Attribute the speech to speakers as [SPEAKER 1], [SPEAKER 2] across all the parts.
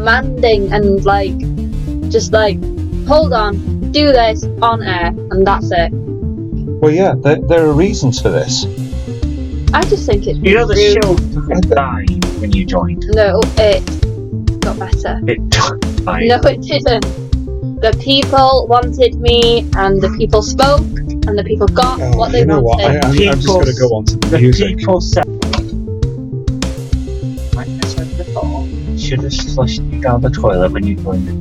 [SPEAKER 1] demanding and like just like hold on, do this on air, and that's it.
[SPEAKER 2] Well, yeah, there, there are reasons for this.
[SPEAKER 1] I just think it's
[SPEAKER 3] You know the
[SPEAKER 1] rude.
[SPEAKER 3] show fucking died when you joined.
[SPEAKER 1] No, it got better.
[SPEAKER 3] It died.
[SPEAKER 1] No, it didn't. The people wanted me, and the people spoke, and the people got
[SPEAKER 4] Oh,
[SPEAKER 1] what they
[SPEAKER 4] you know what? I,
[SPEAKER 1] wanted.
[SPEAKER 4] I'm, I'm just
[SPEAKER 3] People-
[SPEAKER 4] going to go on to the
[SPEAKER 3] The
[SPEAKER 4] music.
[SPEAKER 3] people said, like I said before, should have flushed you down the toilet when you joined the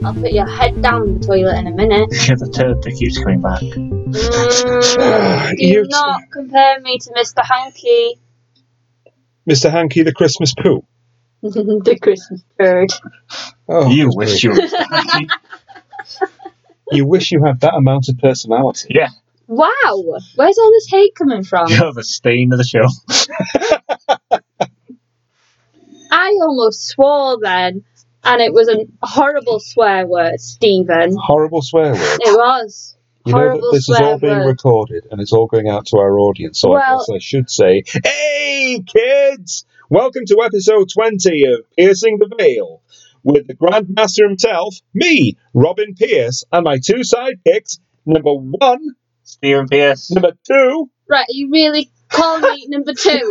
[SPEAKER 3] club.
[SPEAKER 1] I'll put your head down in the toilet in a minute.
[SPEAKER 3] You're the turd that keeps coming back.
[SPEAKER 4] Oh,
[SPEAKER 1] Mm, do
[SPEAKER 4] You-
[SPEAKER 1] not compare me to Mr. Hanky,
[SPEAKER 4] Mr. Hankey, the Christmas poo.
[SPEAKER 1] the Christmas bird.
[SPEAKER 4] Oh,
[SPEAKER 3] you
[SPEAKER 4] that's
[SPEAKER 3] wish
[SPEAKER 4] great.
[SPEAKER 3] you
[SPEAKER 4] You wish you had that amount of personality.
[SPEAKER 3] Yeah,
[SPEAKER 1] Wow, where's all this hate coming from?
[SPEAKER 3] you're the stain of the show.
[SPEAKER 1] I almost swore then, and it was a horrible swear word, Stephen.
[SPEAKER 4] Horrible swear word.
[SPEAKER 1] It was.
[SPEAKER 4] You know
[SPEAKER 1] horrible
[SPEAKER 4] that this is
[SPEAKER 1] swear
[SPEAKER 4] all being
[SPEAKER 1] word.
[SPEAKER 4] recorded and it's all going out to our audience, so I
[SPEAKER 1] Well-
[SPEAKER 4] guess I should say, "Hey, kids! Welcome to episode twenty of Piercing the Veil with the Grandmaster himself, me, Robin Pierce, and my two sidekicks. Number one,
[SPEAKER 3] Stephen Pierce.
[SPEAKER 4] number two.
[SPEAKER 1] Right, you really call me number two.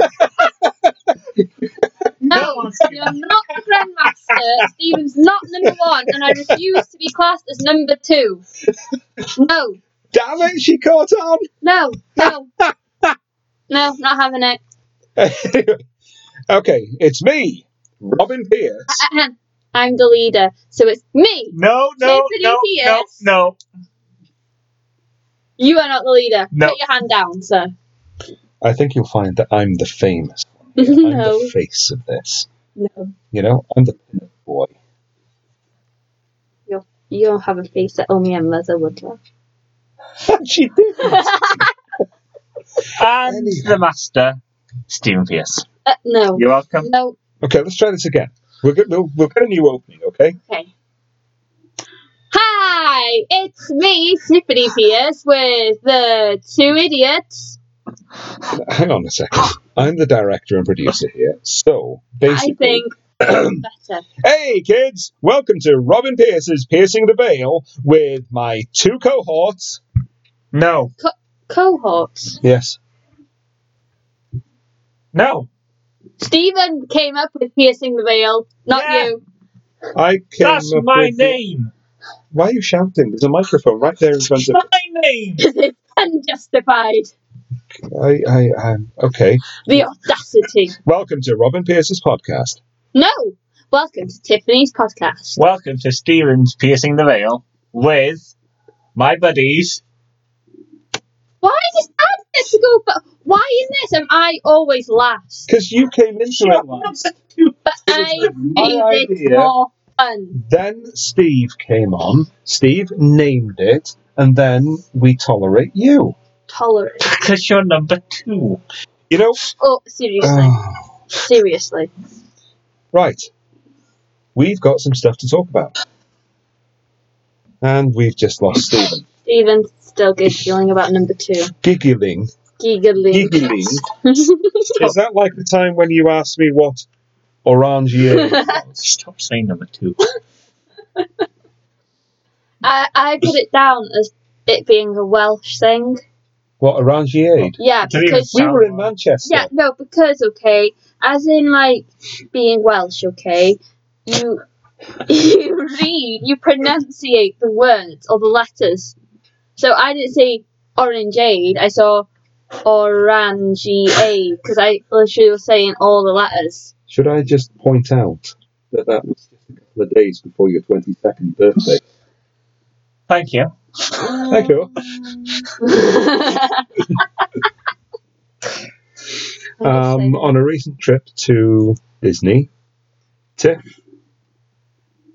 [SPEAKER 1] No, you're not the Grandmaster. Stephen's not number one, and I refuse to be classed as number two. No,
[SPEAKER 4] Damn it, she caught on.
[SPEAKER 1] no, no. No, not having it.
[SPEAKER 4] okay, it's me, Robin Pierce.
[SPEAKER 1] Ahem. Uh-huh. I'm the leader, so it's me.
[SPEAKER 3] No, no,
[SPEAKER 1] Stephen
[SPEAKER 3] no, no,
[SPEAKER 1] Pierce.
[SPEAKER 3] no.
[SPEAKER 1] You are not the leader.
[SPEAKER 3] No.
[SPEAKER 1] Put your hand down, sir.
[SPEAKER 4] I think you'll find that I'm the famous. I'm
[SPEAKER 1] no,
[SPEAKER 4] the face of this.
[SPEAKER 1] no.
[SPEAKER 4] You know, I'm the pin-up boy.
[SPEAKER 1] You don't have a face that only a mother would love.
[SPEAKER 4] she did.
[SPEAKER 3] And
[SPEAKER 4] Anyhow.
[SPEAKER 3] the master, Stephen Pierce.
[SPEAKER 1] Uh, no.
[SPEAKER 3] You're welcome.
[SPEAKER 1] No,
[SPEAKER 4] Okay, let's try this again. We'll get, we'll, we'll get a new opening, okay?
[SPEAKER 1] Okay. Hi, it's me, Snippity Pierce, with the two idiots.
[SPEAKER 4] Hang on a second. I'm the director and producer here, so basically.
[SPEAKER 1] I think better.
[SPEAKER 4] Hey, kids! Welcome to Robin Pierce's Piercing the Veil with my two cohorts.
[SPEAKER 3] No,
[SPEAKER 1] Cohorts.
[SPEAKER 4] Yes.
[SPEAKER 3] no.
[SPEAKER 1] Stephen came up with piercing the veil, not
[SPEAKER 3] Yeah.
[SPEAKER 1] you.
[SPEAKER 4] I came
[SPEAKER 3] That's
[SPEAKER 4] up
[SPEAKER 3] my
[SPEAKER 4] with the-
[SPEAKER 3] name.
[SPEAKER 4] Why are you shouting? There's a microphone right there in front of
[SPEAKER 3] My name.
[SPEAKER 1] it's unjustified.
[SPEAKER 4] I, I, I'm okay.
[SPEAKER 1] The audacity.
[SPEAKER 4] Welcome to Robin Pierce's podcast.
[SPEAKER 1] No. Welcome to Tiffany's podcast.
[SPEAKER 3] Welcome to Stephen's Piercing the Veil with my buddies.
[SPEAKER 1] Why does Dad get to go? But why in this am I always last?
[SPEAKER 4] Because you came into it once,
[SPEAKER 1] But I
[SPEAKER 4] It was my
[SPEAKER 1] made it
[SPEAKER 4] idea.
[SPEAKER 1] more fun.
[SPEAKER 4] then Steve came on. Steve named it, and then we tolerate you.
[SPEAKER 1] Tolerant.
[SPEAKER 3] Because you're number two.
[SPEAKER 4] You know.
[SPEAKER 1] Oh, seriously,
[SPEAKER 4] Ah,
[SPEAKER 1] seriously.
[SPEAKER 4] right. We've got some stuff to talk about, and we've just lost Stephen.
[SPEAKER 1] Stephen still good feeling about number two.
[SPEAKER 4] Giggling,
[SPEAKER 1] Giggling.
[SPEAKER 4] giggling. Is that like the time when you asked me what orange year it was?
[SPEAKER 3] Stop saying number two.
[SPEAKER 1] I, I put it down as it being a Welsh thing.
[SPEAKER 4] What orange year?
[SPEAKER 1] Yeah,
[SPEAKER 3] It doesn't even
[SPEAKER 1] because
[SPEAKER 4] We were in
[SPEAKER 3] Sound.
[SPEAKER 4] Manchester.
[SPEAKER 1] yeah, no, because okay, as in like being Welsh, okay, you you read, you pronunciate the words or the letters. So I didn't say orangeade. I saw orangeade because I literally was saying all the letters.
[SPEAKER 4] Should I just point out that that was just a couple of days before your 22nd birthday?
[SPEAKER 3] Thank you.
[SPEAKER 4] Thank you. Um, on a recent trip to Disney, Tiff,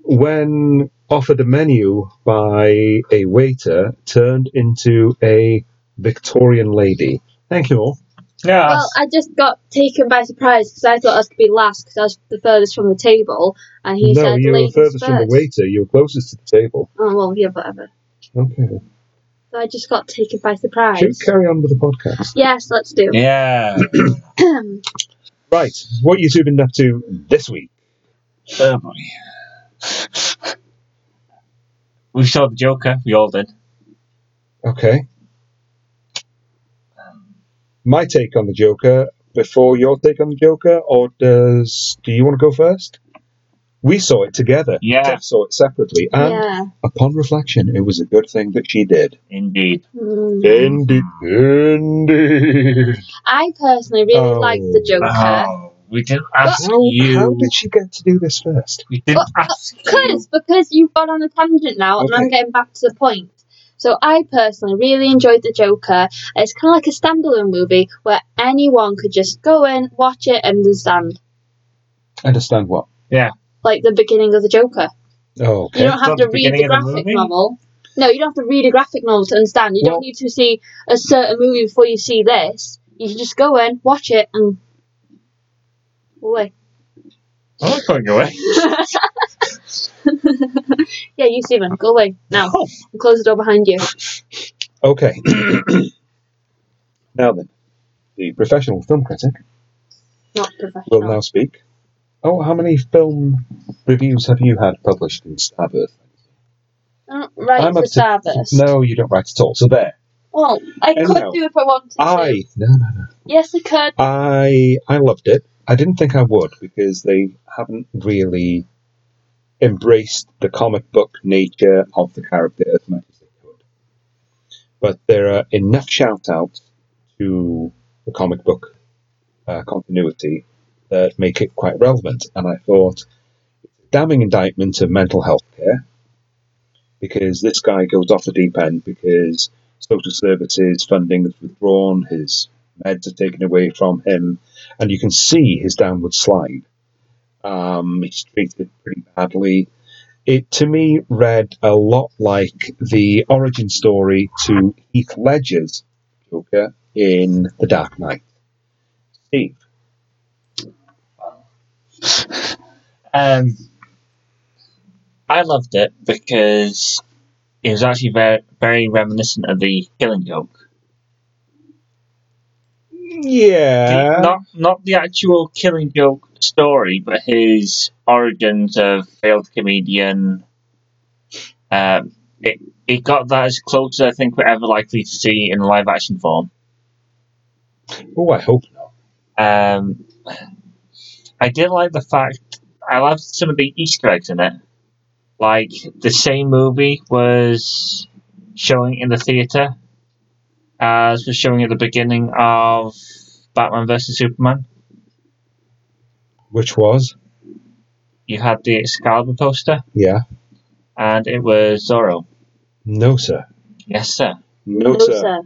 [SPEAKER 4] when offered a menu by a waiter, turned into a Victorian lady. Thank you all.
[SPEAKER 3] Yeah.
[SPEAKER 1] Well, I just got taken by surprise because I thought I was going to be last because I was the furthest from the table, and he
[SPEAKER 4] no,
[SPEAKER 1] said,
[SPEAKER 4] you were
[SPEAKER 1] "Ladies
[SPEAKER 4] furthest from the
[SPEAKER 1] first."
[SPEAKER 4] waiter. You were closest to the table.
[SPEAKER 1] Oh well, yeah, whatever.
[SPEAKER 4] Okay.
[SPEAKER 1] So I just got taken by
[SPEAKER 4] Should we
[SPEAKER 1] surprise.
[SPEAKER 4] carry on with the podcast?
[SPEAKER 1] Yes, let's do.
[SPEAKER 3] yeah.
[SPEAKER 4] Right. What you two been up to this week?
[SPEAKER 3] Oh boy. we saw the Joker. We all did.
[SPEAKER 4] Okay. My take on the Joker before your take on the Joker, or does do you want to go first? We saw it together.
[SPEAKER 3] Yeah.
[SPEAKER 4] Tiff saw it separately, and
[SPEAKER 1] yeah.
[SPEAKER 4] upon reflection, it was a good thing that she did.
[SPEAKER 3] Indeed.
[SPEAKER 1] Mm.
[SPEAKER 4] Indeed, indeed.
[SPEAKER 1] I personally really
[SPEAKER 4] Oh.
[SPEAKER 1] liked the Joker.
[SPEAKER 3] Oh, we didn't ask
[SPEAKER 4] How,
[SPEAKER 3] you.
[SPEAKER 4] how did she get to do this first?
[SPEAKER 3] We didn't
[SPEAKER 1] Oh,
[SPEAKER 3] ask you.
[SPEAKER 1] Because because you've gone on a tangent now, and I'm
[SPEAKER 4] Okay.
[SPEAKER 1] getting back to the point. So I personally really enjoyed the Joker. It's kind of like a standalone movie where anyone could just go in, watch it, and understand
[SPEAKER 4] Understand what?
[SPEAKER 1] like the beginning of the Joker.
[SPEAKER 4] Oh,
[SPEAKER 1] You
[SPEAKER 4] okay.
[SPEAKER 1] don't have
[SPEAKER 3] From the
[SPEAKER 1] to read
[SPEAKER 3] beginning
[SPEAKER 1] the
[SPEAKER 3] of the
[SPEAKER 1] graphic
[SPEAKER 3] movie?
[SPEAKER 1] novel. No, you don't have to read a graphic novel to understand. You
[SPEAKER 4] Well-
[SPEAKER 1] don't need to see a certain movie before you see this. You can just go in, watch it, and away.
[SPEAKER 3] I'm not going away.
[SPEAKER 1] Yeah, you Stephen, go away now.
[SPEAKER 3] Oh.
[SPEAKER 1] And close the door behind you.
[SPEAKER 4] Okay. now then, the professional film critic
[SPEAKER 1] Not
[SPEAKER 4] will
[SPEAKER 1] professional.
[SPEAKER 4] now speak. Oh, how many film reviews have you had published in Starburst?
[SPEAKER 1] I don't write
[SPEAKER 4] I'm
[SPEAKER 1] for
[SPEAKER 4] up to-
[SPEAKER 1] Starburst.
[SPEAKER 4] No, you don't write at all. So there.
[SPEAKER 1] Well, I
[SPEAKER 4] And
[SPEAKER 1] could
[SPEAKER 4] no.
[SPEAKER 1] do if I wanted to.
[SPEAKER 4] I no no no.
[SPEAKER 1] Yes, I could.
[SPEAKER 4] I I loved it. I didn't think I would because they haven't really embraced the comic book nature of the character as much as they could. But there are enough shout outs to the comic book uh, continuity that make it quite relevant. And I thought, damning indictment of mental health care because this guy goes off the deep end because social services funding is withdrawn, his meds are taken away from him, and you can see his downward slide. Um, he's treated pretty badly. It to me read a lot like the origin story to Heath Ledger's Joker in The Dark Knight. Steve,
[SPEAKER 3] Um, I loved it because it was actually very, very reminiscent of the Killing Joke. The-
[SPEAKER 4] yeah,
[SPEAKER 3] not not the actual Killing Joke story, but his origins of failed comedian. Um, it it got that as close as I think we're ever likely to see in live action form.
[SPEAKER 4] oh, I hope not.
[SPEAKER 3] Um, I did like the fact I loved some of the Easter eggs in it. Like the same movie was showing in the theater as was showing at the beginning of Batman vs Superman.
[SPEAKER 4] Which was,
[SPEAKER 3] You had the Excalibur poster,
[SPEAKER 4] yeah,
[SPEAKER 3] and it was Zorro.
[SPEAKER 4] no, sir,
[SPEAKER 3] Yes, sir.
[SPEAKER 4] no,
[SPEAKER 1] No,
[SPEAKER 4] sir.
[SPEAKER 1] sir.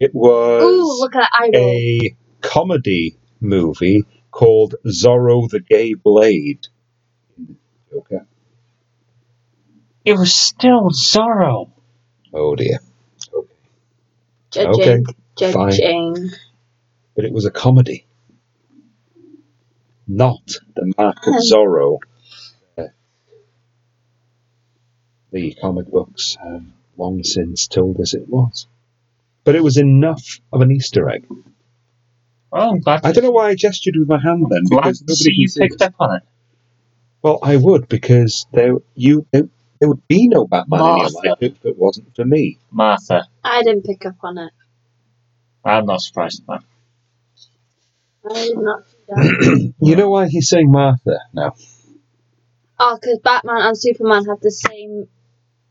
[SPEAKER 4] It was.
[SPEAKER 1] Ooh, look at that eye roll.
[SPEAKER 4] a comedy movie called Zorro the Gay Blade. Okay.
[SPEAKER 3] It was still Zorro.
[SPEAKER 4] Oh dear. okay,
[SPEAKER 1] Judging.
[SPEAKER 4] fine.
[SPEAKER 1] Judging.
[SPEAKER 4] But it was a comedy. Not the Mark of
[SPEAKER 1] Huh.
[SPEAKER 4] Zorro. that The comic books have long since told us it was. But it was enough of an Easter egg.
[SPEAKER 3] Oh, I'm glad.
[SPEAKER 4] I don't know why I gestured with my hand then,
[SPEAKER 3] Glad
[SPEAKER 4] because
[SPEAKER 3] to see
[SPEAKER 4] nobody can
[SPEAKER 3] you
[SPEAKER 4] see
[SPEAKER 3] picked
[SPEAKER 4] this.
[SPEAKER 3] up on it.
[SPEAKER 4] Well, I would because there you there, there would be no Batman in
[SPEAKER 3] Martha.
[SPEAKER 4] your life if it wasn't for me.
[SPEAKER 3] Martha,
[SPEAKER 1] I didn't pick up on it.
[SPEAKER 3] I'm not surprised at that.
[SPEAKER 1] I did not see that.
[SPEAKER 4] You know why he's saying Martha now?
[SPEAKER 1] oh, because Batman and Superman have the same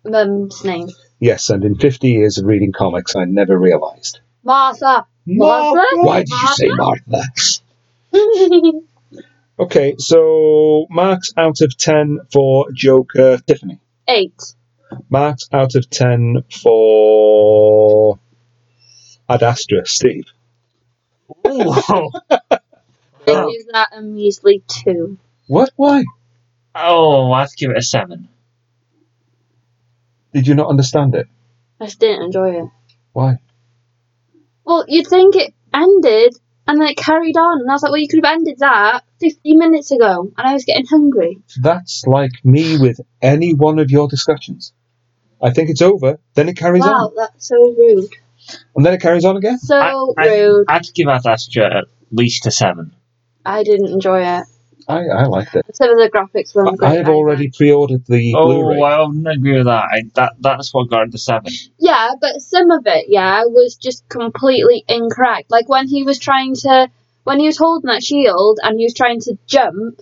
[SPEAKER 1] mum's name.
[SPEAKER 4] Yes, and in fifty years of reading comics, I never realised.
[SPEAKER 1] Martha. Martha?
[SPEAKER 4] Why did you say Martha? Okay, so marks out of ten for Joker Tiffany.
[SPEAKER 1] Eight.
[SPEAKER 4] Marks out of ten for Ad Astra Steve.
[SPEAKER 3] Ooh. oh,
[SPEAKER 1] They use that a measly two.
[SPEAKER 4] What? Why?
[SPEAKER 3] oh, I'd give it a seven.
[SPEAKER 4] Did you not understand it?
[SPEAKER 1] I just didn't enjoy it.
[SPEAKER 4] Why?
[SPEAKER 1] Well, you'd think it ended and then it carried on. And I was like, well, you could have ended that 50 minutes ago. And I was getting hungry.
[SPEAKER 4] That's like me with any one of your discussions. I think it's over, then it carries
[SPEAKER 1] wow,
[SPEAKER 4] on,
[SPEAKER 1] that's so rude.
[SPEAKER 4] and then it carries on again.
[SPEAKER 1] So
[SPEAKER 3] I,
[SPEAKER 1] rude.
[SPEAKER 3] I, would give Ad Astra at least a seven.
[SPEAKER 1] I didn't enjoy it.
[SPEAKER 4] I, I liked it.
[SPEAKER 1] Some of the graphics were
[SPEAKER 4] I
[SPEAKER 1] great
[SPEAKER 4] have
[SPEAKER 1] either.
[SPEAKER 4] already pre-ordered the
[SPEAKER 3] Oh,
[SPEAKER 4] Blu-ray.
[SPEAKER 3] I don't agree with that. I, that that's what got the seven.
[SPEAKER 1] Yeah, but some of it, yeah, was just completely incorrect. Like when he was trying to, when he was holding that shield and he was trying to jump.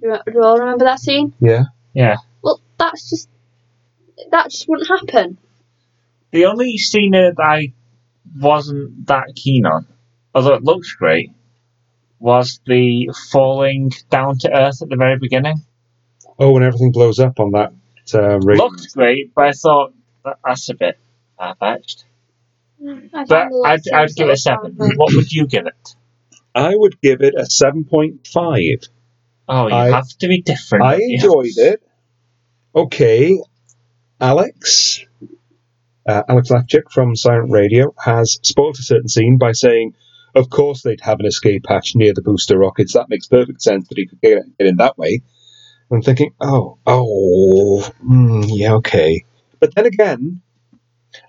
[SPEAKER 1] Do you, do you all remember that scene?
[SPEAKER 4] Yeah.
[SPEAKER 3] Yeah.
[SPEAKER 1] Well, that's just that just wouldn't happen.
[SPEAKER 3] The only scene that I wasn't that keen on, although it looks great, was the falling down to earth at the very beginning.
[SPEAKER 4] Oh, and everything blows up on that uh, ring.
[SPEAKER 3] Looked great, but I thought that, that's a bit far-fetched.
[SPEAKER 1] I
[SPEAKER 3] But
[SPEAKER 1] found the last
[SPEAKER 3] I'd,
[SPEAKER 1] scene
[SPEAKER 3] I'd give it a
[SPEAKER 1] sort of
[SPEAKER 3] seven.
[SPEAKER 1] fun,
[SPEAKER 3] What would you give it?
[SPEAKER 5] I would give it a 7.5.
[SPEAKER 3] Oh, you
[SPEAKER 5] I-
[SPEAKER 3] have to be different.
[SPEAKER 5] I
[SPEAKER 3] don't you?
[SPEAKER 5] enjoyed it. Okay, Alex, uh, Alex Lafchick from Silent Radio has spoiled a certain scene by saying, "Of course they'd have an escape hatch near the booster rockets. That makes perfect sense that he could get, get in that way." I'm thinking, "Oh, oh, mm, yeah, okay." But then again,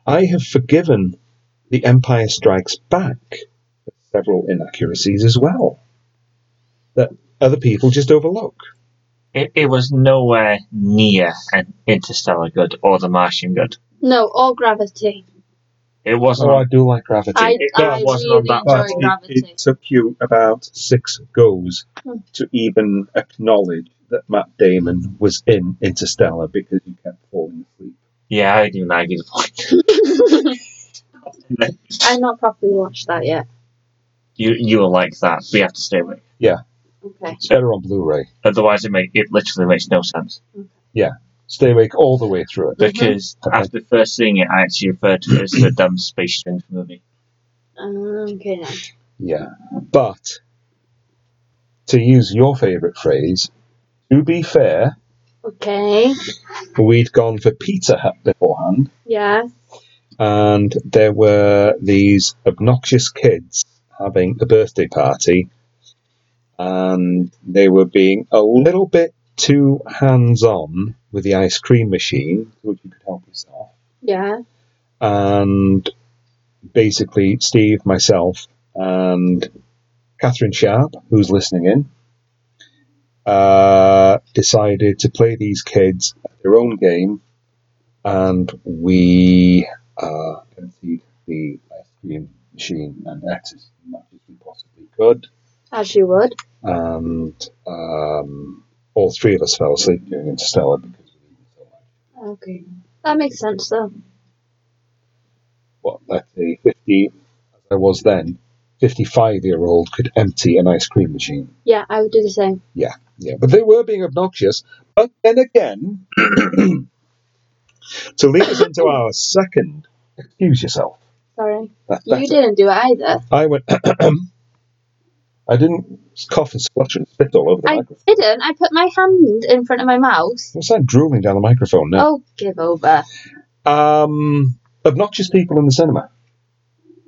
[SPEAKER 5] I have forgiven the Empire Strikes Back for several inaccuracies as well that other people just overlook.
[SPEAKER 3] It, it was nowhere near an interstellar good or the Martian good.
[SPEAKER 1] but- No, all gravity.
[SPEAKER 3] It wasn't.
[SPEAKER 4] Oh, I do like Gravity.
[SPEAKER 1] I,
[SPEAKER 3] it
[SPEAKER 1] I
[SPEAKER 3] wasn't on
[SPEAKER 1] really
[SPEAKER 3] that
[SPEAKER 1] enjoyed
[SPEAKER 3] level.
[SPEAKER 5] uh, it,
[SPEAKER 1] gravity.
[SPEAKER 5] it took you about six goes
[SPEAKER 1] Hmm.
[SPEAKER 5] to even acknowledge that Matt Damon was in Interstellar because you kept falling asleep.
[SPEAKER 3] yeah, I didn't argue the point.
[SPEAKER 1] I've not properly watched that yet.
[SPEAKER 3] You you will like that. We have to stay awake.
[SPEAKER 1] Okay.
[SPEAKER 4] It's better on Blu-ray.
[SPEAKER 3] Otherwise, it make it literally makes no sense.
[SPEAKER 4] Stay awake all the way through it.
[SPEAKER 3] Because
[SPEAKER 4] Okay.
[SPEAKER 3] after first seeing it, I actually referred to it as a dumb space strange movie.
[SPEAKER 1] Um, okay then.
[SPEAKER 4] Yeah. But to use your favourite phrase, to be fair,
[SPEAKER 1] Okay.
[SPEAKER 4] we'd gone for Pizza Hut beforehand,
[SPEAKER 1] Yeah.
[SPEAKER 4] and there were these obnoxious kids having a birthday party, and they were being a little bit too hands-on with the ice cream machine, which you could help yourself.
[SPEAKER 1] Yeah.
[SPEAKER 4] and basically Steve, myself, and Catherine Sharp, who's listening in, uh, decided to play these kids at their own game, and we uh, emptied the ice cream machine and ate as much as we possibly could,
[SPEAKER 1] As you would.
[SPEAKER 4] and um, all three of us fell asleep during Interstellar because we didn't so much.
[SPEAKER 1] Okay. That makes sense though.
[SPEAKER 4] what let's say 50 as I was then 55 year old could empty an ice cream machine
[SPEAKER 1] Yeah, I would do the same.
[SPEAKER 4] yeah but they were being obnoxious but then again to lead us into our second excuse yourself
[SPEAKER 1] Sorry.
[SPEAKER 4] That-
[SPEAKER 1] You
[SPEAKER 4] that's it.
[SPEAKER 1] didn't do it either.
[SPEAKER 4] I went I didn't cough and splutter and spit all over the
[SPEAKER 1] I
[SPEAKER 4] microphone
[SPEAKER 1] didn't. I put my hand in front of my mouth.
[SPEAKER 4] what's that drooling down the microphone now
[SPEAKER 1] Oh, give over.
[SPEAKER 4] um obnoxious people in the cinema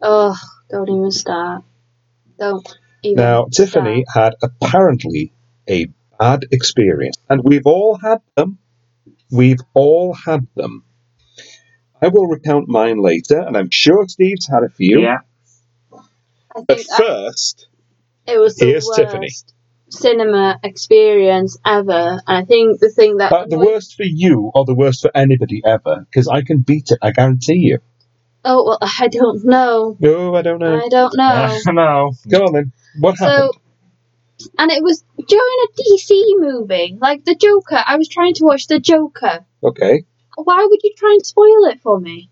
[SPEAKER 1] Oh, don't even start. Don't even.
[SPEAKER 4] Now,
[SPEAKER 1] start.
[SPEAKER 4] Tiffany had apparently a bad experience, and we've all had them. We've all had them. I will recount mine later, and I'm sure Steve's had a few.
[SPEAKER 3] Yeah,
[SPEAKER 1] I
[SPEAKER 5] But
[SPEAKER 1] think that
[SPEAKER 5] first,
[SPEAKER 1] it was the
[SPEAKER 5] here's
[SPEAKER 1] worst
[SPEAKER 5] Tiffany.
[SPEAKER 1] cinema experience ever. And I think the thing that
[SPEAKER 4] But the
[SPEAKER 1] annoyed-
[SPEAKER 4] worst for you, or the worst for anybody ever, because I can beat it, I guarantee you.
[SPEAKER 1] Oh well, I don't know.
[SPEAKER 4] No, I don't know.
[SPEAKER 1] I don't know.
[SPEAKER 3] I know.
[SPEAKER 4] Go on then. What happened?
[SPEAKER 1] so, and it was during a DC movie, like the Joker. I was trying to watch the Joker.
[SPEAKER 4] Okay.
[SPEAKER 1] Why would you try and spoil it for me?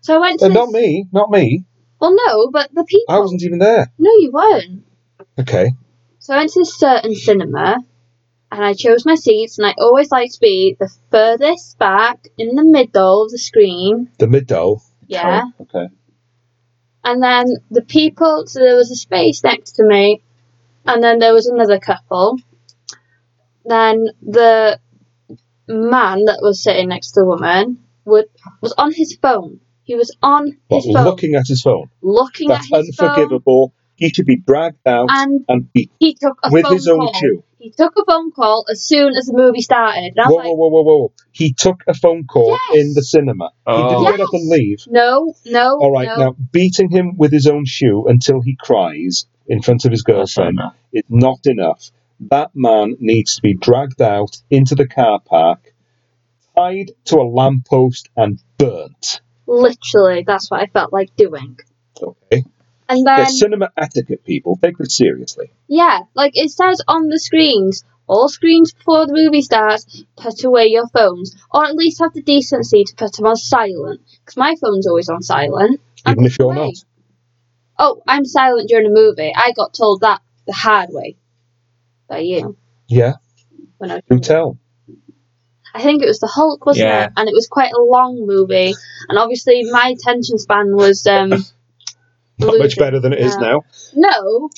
[SPEAKER 1] So I went to
[SPEAKER 4] Uh,
[SPEAKER 1] this-
[SPEAKER 4] not me, not me.
[SPEAKER 1] Well, no, but the people.
[SPEAKER 4] I wasn't even there.
[SPEAKER 1] No, you weren't.
[SPEAKER 4] Okay.
[SPEAKER 1] So I went to this certain cinema and I chose my seats and I always like to be the furthest back in the middle of the screen.
[SPEAKER 4] The mid doll.
[SPEAKER 1] Yeah.
[SPEAKER 4] Okay.
[SPEAKER 1] And then the people so there was a space next to me and then there was another couple. Then the man that was sitting next to the woman would was on his phone. He was on
[SPEAKER 4] But
[SPEAKER 1] his phone
[SPEAKER 4] looking at his phone.
[SPEAKER 1] looking
[SPEAKER 4] That's
[SPEAKER 1] at his phone
[SPEAKER 4] unforgivable. He should be dragged out
[SPEAKER 1] and
[SPEAKER 4] and beat
[SPEAKER 1] he took a
[SPEAKER 4] with
[SPEAKER 1] phone
[SPEAKER 4] his own
[SPEAKER 1] call.
[SPEAKER 4] chew.
[SPEAKER 1] He took a phone call as soon as the movie started. And I was
[SPEAKER 4] Whoa,
[SPEAKER 1] like,
[SPEAKER 4] whoa, whoa, whoa, whoa. He took a phone call
[SPEAKER 1] Yes.
[SPEAKER 4] in the cinema. He didn't
[SPEAKER 3] Oh,
[SPEAKER 4] get up and leave.
[SPEAKER 1] No, no.
[SPEAKER 4] All right,
[SPEAKER 1] Oh, no.
[SPEAKER 4] now beating him with his own shoe until he cries in front of his
[SPEAKER 3] that's not
[SPEAKER 4] girlfriend
[SPEAKER 3] enough.
[SPEAKER 4] is not enough. That man needs to be dragged out into the car park, tied to a lamppost, and burnt.
[SPEAKER 1] Literally, that's what I felt like doing.
[SPEAKER 4] Okay?
[SPEAKER 1] And
[SPEAKER 4] They're
[SPEAKER 1] then,
[SPEAKER 4] cinema etiquette people. Take this seriously.
[SPEAKER 1] yeah, like it says on the screens, all screens before the movie starts, put away your phones. Or at least have the decency to put them on silent. Because my phone's always on silent. and
[SPEAKER 4] Even if
[SPEAKER 1] put
[SPEAKER 4] you're
[SPEAKER 1] away.
[SPEAKER 4] not.
[SPEAKER 1] Oh, I'm silent during a movie. I got told that the hard way by you.
[SPEAKER 4] Yeah,
[SPEAKER 1] When I was
[SPEAKER 4] do tell.
[SPEAKER 1] I think it was the Hulk, wasn't
[SPEAKER 3] Yeah.
[SPEAKER 1] it? And it was quite a long movie, and obviously my attention span was um
[SPEAKER 4] Not much
[SPEAKER 1] losing.
[SPEAKER 4] better than it is
[SPEAKER 1] Yeah.
[SPEAKER 4] now.
[SPEAKER 1] No,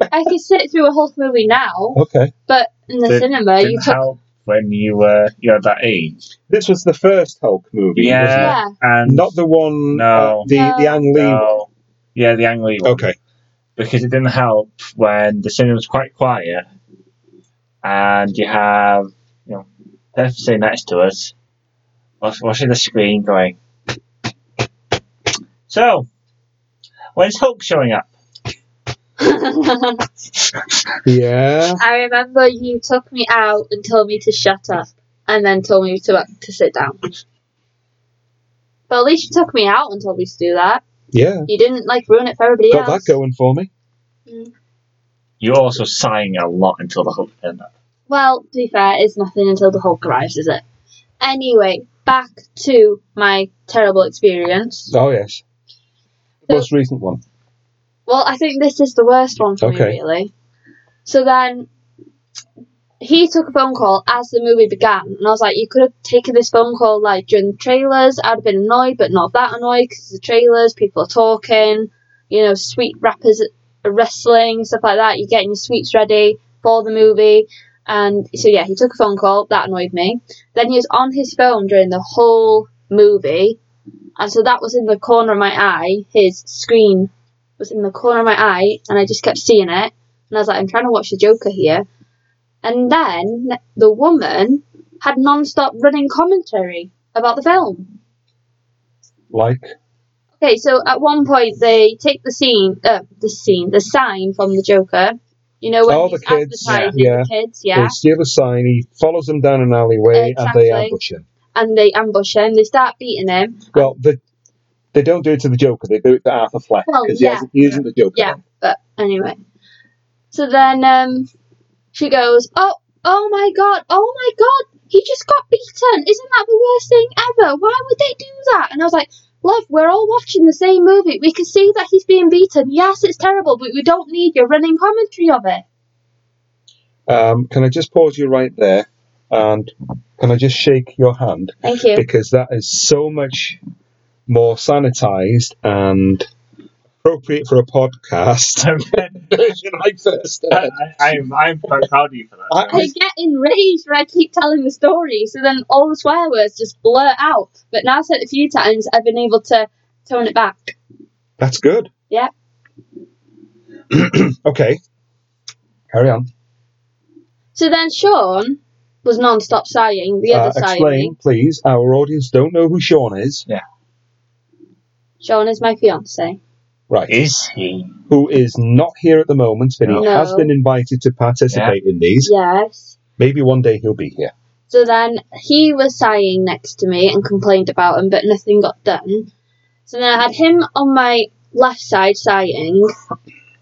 [SPEAKER 1] I could sit through a Hulk movie now,
[SPEAKER 4] Okay.
[SPEAKER 1] but in the
[SPEAKER 3] Did-
[SPEAKER 1] cinema
[SPEAKER 3] Didn't
[SPEAKER 1] you took
[SPEAKER 3] help when you were you know that age.
[SPEAKER 4] This was the first Hulk movie, wasn't
[SPEAKER 1] Yeah.
[SPEAKER 3] Yeah,
[SPEAKER 4] it?
[SPEAKER 3] and
[SPEAKER 4] Not the one,
[SPEAKER 3] No.
[SPEAKER 4] uh, the, the
[SPEAKER 1] No.
[SPEAKER 4] Ang Lee one.
[SPEAKER 3] no, yeah, the angry one.
[SPEAKER 4] Okay.
[SPEAKER 3] because it didn't help when the cinema was quite quiet and you have you know Pepsi sitting next to us watch- watching the screen going so when's Hulk showing up
[SPEAKER 1] I
[SPEAKER 4] Yeah.
[SPEAKER 1] remember you took me out and told me to shut up, and then told me to uh, to sit down. But at least you took me out and told me to do that.
[SPEAKER 4] Yeah.
[SPEAKER 1] You didn't like ruin it for everybody
[SPEAKER 4] Got
[SPEAKER 1] else.
[SPEAKER 4] that going for me.
[SPEAKER 3] you're also sighing a lot until the Hulk turned up
[SPEAKER 1] Well, to be fair, it's nothing until the Hulk arrives, is it? Anyway, back to my terrible experience.
[SPEAKER 4] Oh, yes.
[SPEAKER 1] So-
[SPEAKER 4] Most recent one.
[SPEAKER 1] Well, I think this is the worst one for
[SPEAKER 4] Okay.
[SPEAKER 1] me, really. So then he took a phone call as the movie began, and I was like, you could have taken this phone call like during the trailers. I'd have been annoyed, but not that annoyed because the trailers, people are talking, you know, sweet rappers are wrestling, stuff like that. You're getting your sweets ready for the movie. And so, yeah, he took a phone call. That annoyed me. Then he was on his phone during the whole movie. And so that was in the corner of my eye. His screen was in the corner of my eye. And I just kept seeing it. And I was like, I'm trying to watch the Joker here. And then the woman had non stop running commentary about the film.
[SPEAKER 4] Like,
[SPEAKER 1] Okay, so at one point they take the scene, uh, the scene, the sign from the Joker. You know when
[SPEAKER 4] Oh,
[SPEAKER 1] he's
[SPEAKER 4] the kids,
[SPEAKER 1] advertising
[SPEAKER 4] yeah.
[SPEAKER 1] the kids, yeah,
[SPEAKER 4] they steal a sign, he follows them down an alleyway, and
[SPEAKER 1] Exactly.
[SPEAKER 4] they ambush him.
[SPEAKER 1] and they ambush him. They start beating him.
[SPEAKER 4] Well, the, they don't do it to the Joker, they do it to Arthur Fleck, because
[SPEAKER 1] Well,
[SPEAKER 4] he,
[SPEAKER 1] yeah.
[SPEAKER 4] hasn't- he isn't the Joker.
[SPEAKER 1] Yeah,
[SPEAKER 4] then.
[SPEAKER 1] but anyway. So then um, she goes, "Oh, oh my god, oh my god, he just got beaten! Isn't that the worst thing ever? Why would they do that?" And I was like, "Love, we're all watching the same movie. We can see that he's being beaten. Yes, it's terrible, but we don't need your running commentary of it."
[SPEAKER 4] Um, can I just pause you right there? And can I just shake your hand?
[SPEAKER 1] Thank you.
[SPEAKER 4] Because that is so much more sanitized and appropriate for a podcast version I first
[SPEAKER 3] I,
[SPEAKER 4] heard.
[SPEAKER 3] I'm, I'm quite proud of you for that
[SPEAKER 4] I-
[SPEAKER 1] I get enraged when I keep telling the story, so then all the swear words just blurt out. But now I've said it a few times, I've been able to tone it back.
[SPEAKER 4] That's good.
[SPEAKER 1] Yeah.
[SPEAKER 4] okay. Carry on.
[SPEAKER 1] So then Sean was non stop sighing, the
[SPEAKER 4] Uh,
[SPEAKER 1] other
[SPEAKER 4] explain,
[SPEAKER 1] sighing.
[SPEAKER 4] please. Our audience don't know who Sean is.
[SPEAKER 1] Sean is my fiance.
[SPEAKER 4] Right.
[SPEAKER 3] is he
[SPEAKER 4] Who is not here at the moment, but he
[SPEAKER 1] No.
[SPEAKER 4] has been invited to participate in these.
[SPEAKER 1] Yes.
[SPEAKER 4] Maybe one day he'll be here.
[SPEAKER 1] So then he was sighing next to me and complained about him, but nothing got done. So then I had him on my left side sighing,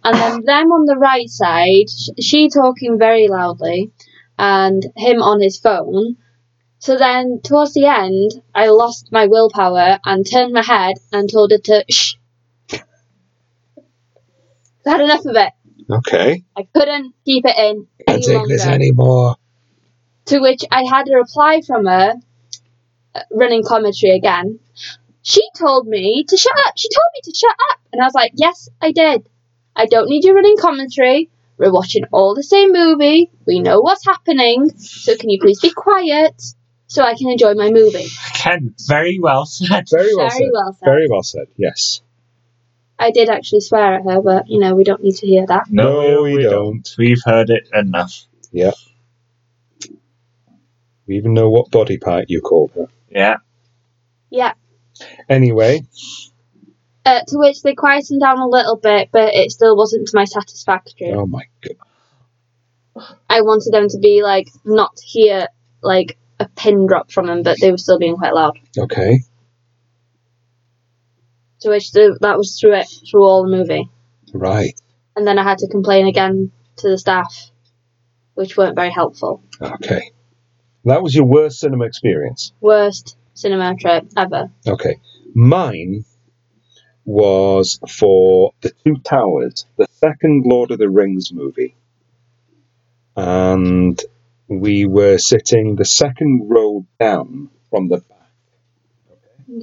[SPEAKER 1] and then them on the right side, sh- she talking very loudly, and him on his phone. So then towards the end, I lost my willpower and turned my head and told her to shh. I had enough of it.
[SPEAKER 4] Okay.
[SPEAKER 1] I couldn't keep it in
[SPEAKER 4] Can't
[SPEAKER 1] any
[SPEAKER 4] take
[SPEAKER 1] longer.
[SPEAKER 4] this anymore.
[SPEAKER 1] To which I had a reply from her, uh, running commentary again. She told me to shut up. She told me to shut up. And I was like, yes, I did. I don't need your running commentary. We're watching all the same movie. We know what's happening. So can you please be quiet so I can enjoy my movie?
[SPEAKER 3] Ken very well said
[SPEAKER 4] Very well
[SPEAKER 1] Very
[SPEAKER 4] said.
[SPEAKER 1] well said.
[SPEAKER 4] Very well said. Yes.
[SPEAKER 1] I did actually swear at her, but you know, we don't need to hear that.
[SPEAKER 4] No, we don't.
[SPEAKER 3] we've heard it enough
[SPEAKER 4] We even know what body part you called her.
[SPEAKER 3] yeah
[SPEAKER 1] Yeah.
[SPEAKER 4] Anyway,
[SPEAKER 1] Uh, to which they quietened down a little bit, but it still wasn't to my satisfaction.
[SPEAKER 4] oh my god.
[SPEAKER 1] I wanted them to be like not hear like a pin drop from them, but they were still being quite loud.
[SPEAKER 4] Okay.
[SPEAKER 1] So I just, that was through it through all the movie,
[SPEAKER 4] Right.
[SPEAKER 1] and then I had to complain again to the staff, which weren't very helpful.
[SPEAKER 4] Okay. That was your worst cinema experience.
[SPEAKER 1] Worst cinema trip ever.
[SPEAKER 4] Okay. Mine was for The Two Towers, the second Lord of the Rings movie. And we were sitting the second row down from the back.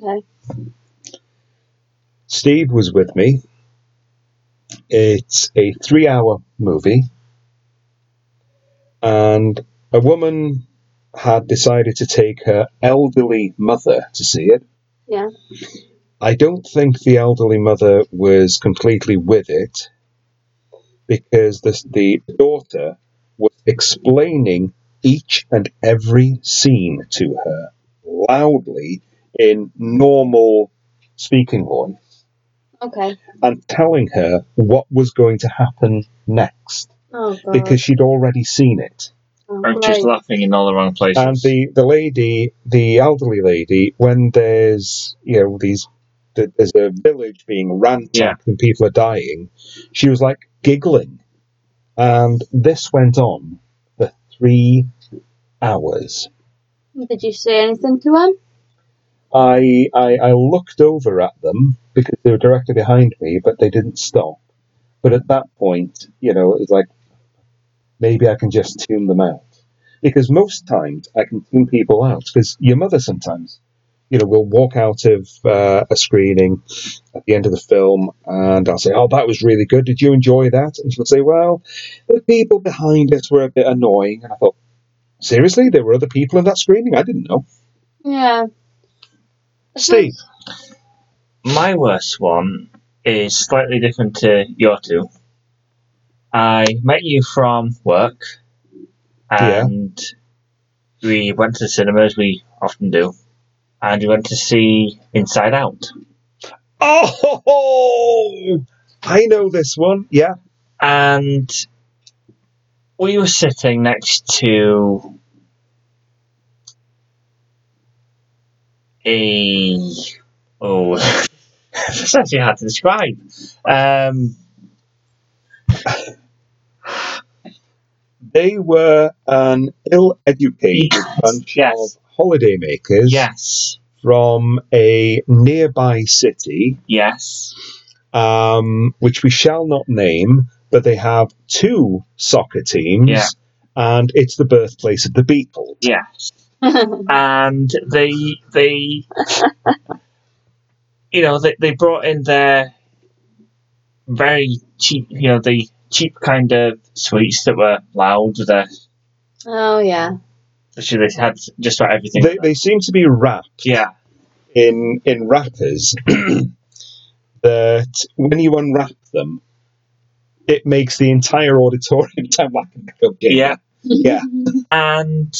[SPEAKER 1] Okay.
[SPEAKER 4] Steve was with me. It's a three hour movie. And a woman had decided to take her elderly mother to see it.
[SPEAKER 1] Yeah.
[SPEAKER 4] I don't think the elderly mother was completely with it because the, the daughter was explaining each and every scene to her loudly in normal speaking voice
[SPEAKER 1] Okay.
[SPEAKER 4] and telling her what was going to happen next
[SPEAKER 1] Oh god.
[SPEAKER 4] because she'd already seen it.
[SPEAKER 1] oh,
[SPEAKER 3] I'm just
[SPEAKER 1] great.
[SPEAKER 3] laughing in all the wrong places.
[SPEAKER 4] And the, the lady, the elderly lady, when there's you know these th- there's a village being ransacked
[SPEAKER 3] Yeah.
[SPEAKER 4] and people are dying, she was like giggling, and this went on for three hours.
[SPEAKER 1] Did you say anything to him?
[SPEAKER 4] I, I I looked over at them because they were directly behind me, but they didn't stop. But at that point, you know, it was like maybe I can just tune them out because most times I can tune people out because your mother sometimes, you know, will walk out of uh, a screening at the end of the film and I'll say, "Oh, that was really good. Did you enjoy that?" And she'll say, "Well, the people behind us were a bit annoying." And I thought, seriously, there were other people in that screening. I didn't know.
[SPEAKER 1] Yeah.
[SPEAKER 4] Steve.
[SPEAKER 3] My worst one is slightly different to your two. I met you from work,
[SPEAKER 4] Yeah.
[SPEAKER 3] and we went to the cinema as we often do, and we went to see Inside Out.
[SPEAKER 4] Oh, ho, ho! Oh, I know this one. Yeah.
[SPEAKER 3] and we were sitting next to a oh that's actually hard to describe um
[SPEAKER 4] They were an ill educated
[SPEAKER 3] Yes,
[SPEAKER 4] bunch
[SPEAKER 3] yes.
[SPEAKER 4] of holidaymakers
[SPEAKER 3] yes
[SPEAKER 4] from a nearby city,
[SPEAKER 3] yes
[SPEAKER 4] um, which we shall not name, but they have two soccer teams.
[SPEAKER 3] Yeah.
[SPEAKER 4] And it's the birthplace of the Beatles.
[SPEAKER 3] yes and they they you know they, they brought in their very cheap you know the cheap kind of sweets that were loud with their
[SPEAKER 1] oh yeah.
[SPEAKER 3] Actually, they had just about everything.
[SPEAKER 4] They, they seem to be wrapped
[SPEAKER 3] yeah,
[SPEAKER 4] in in wrappers that when you unwrap them, it makes the entire auditorium sound like a cocaine.
[SPEAKER 3] yeah.
[SPEAKER 4] Yeah.
[SPEAKER 3] And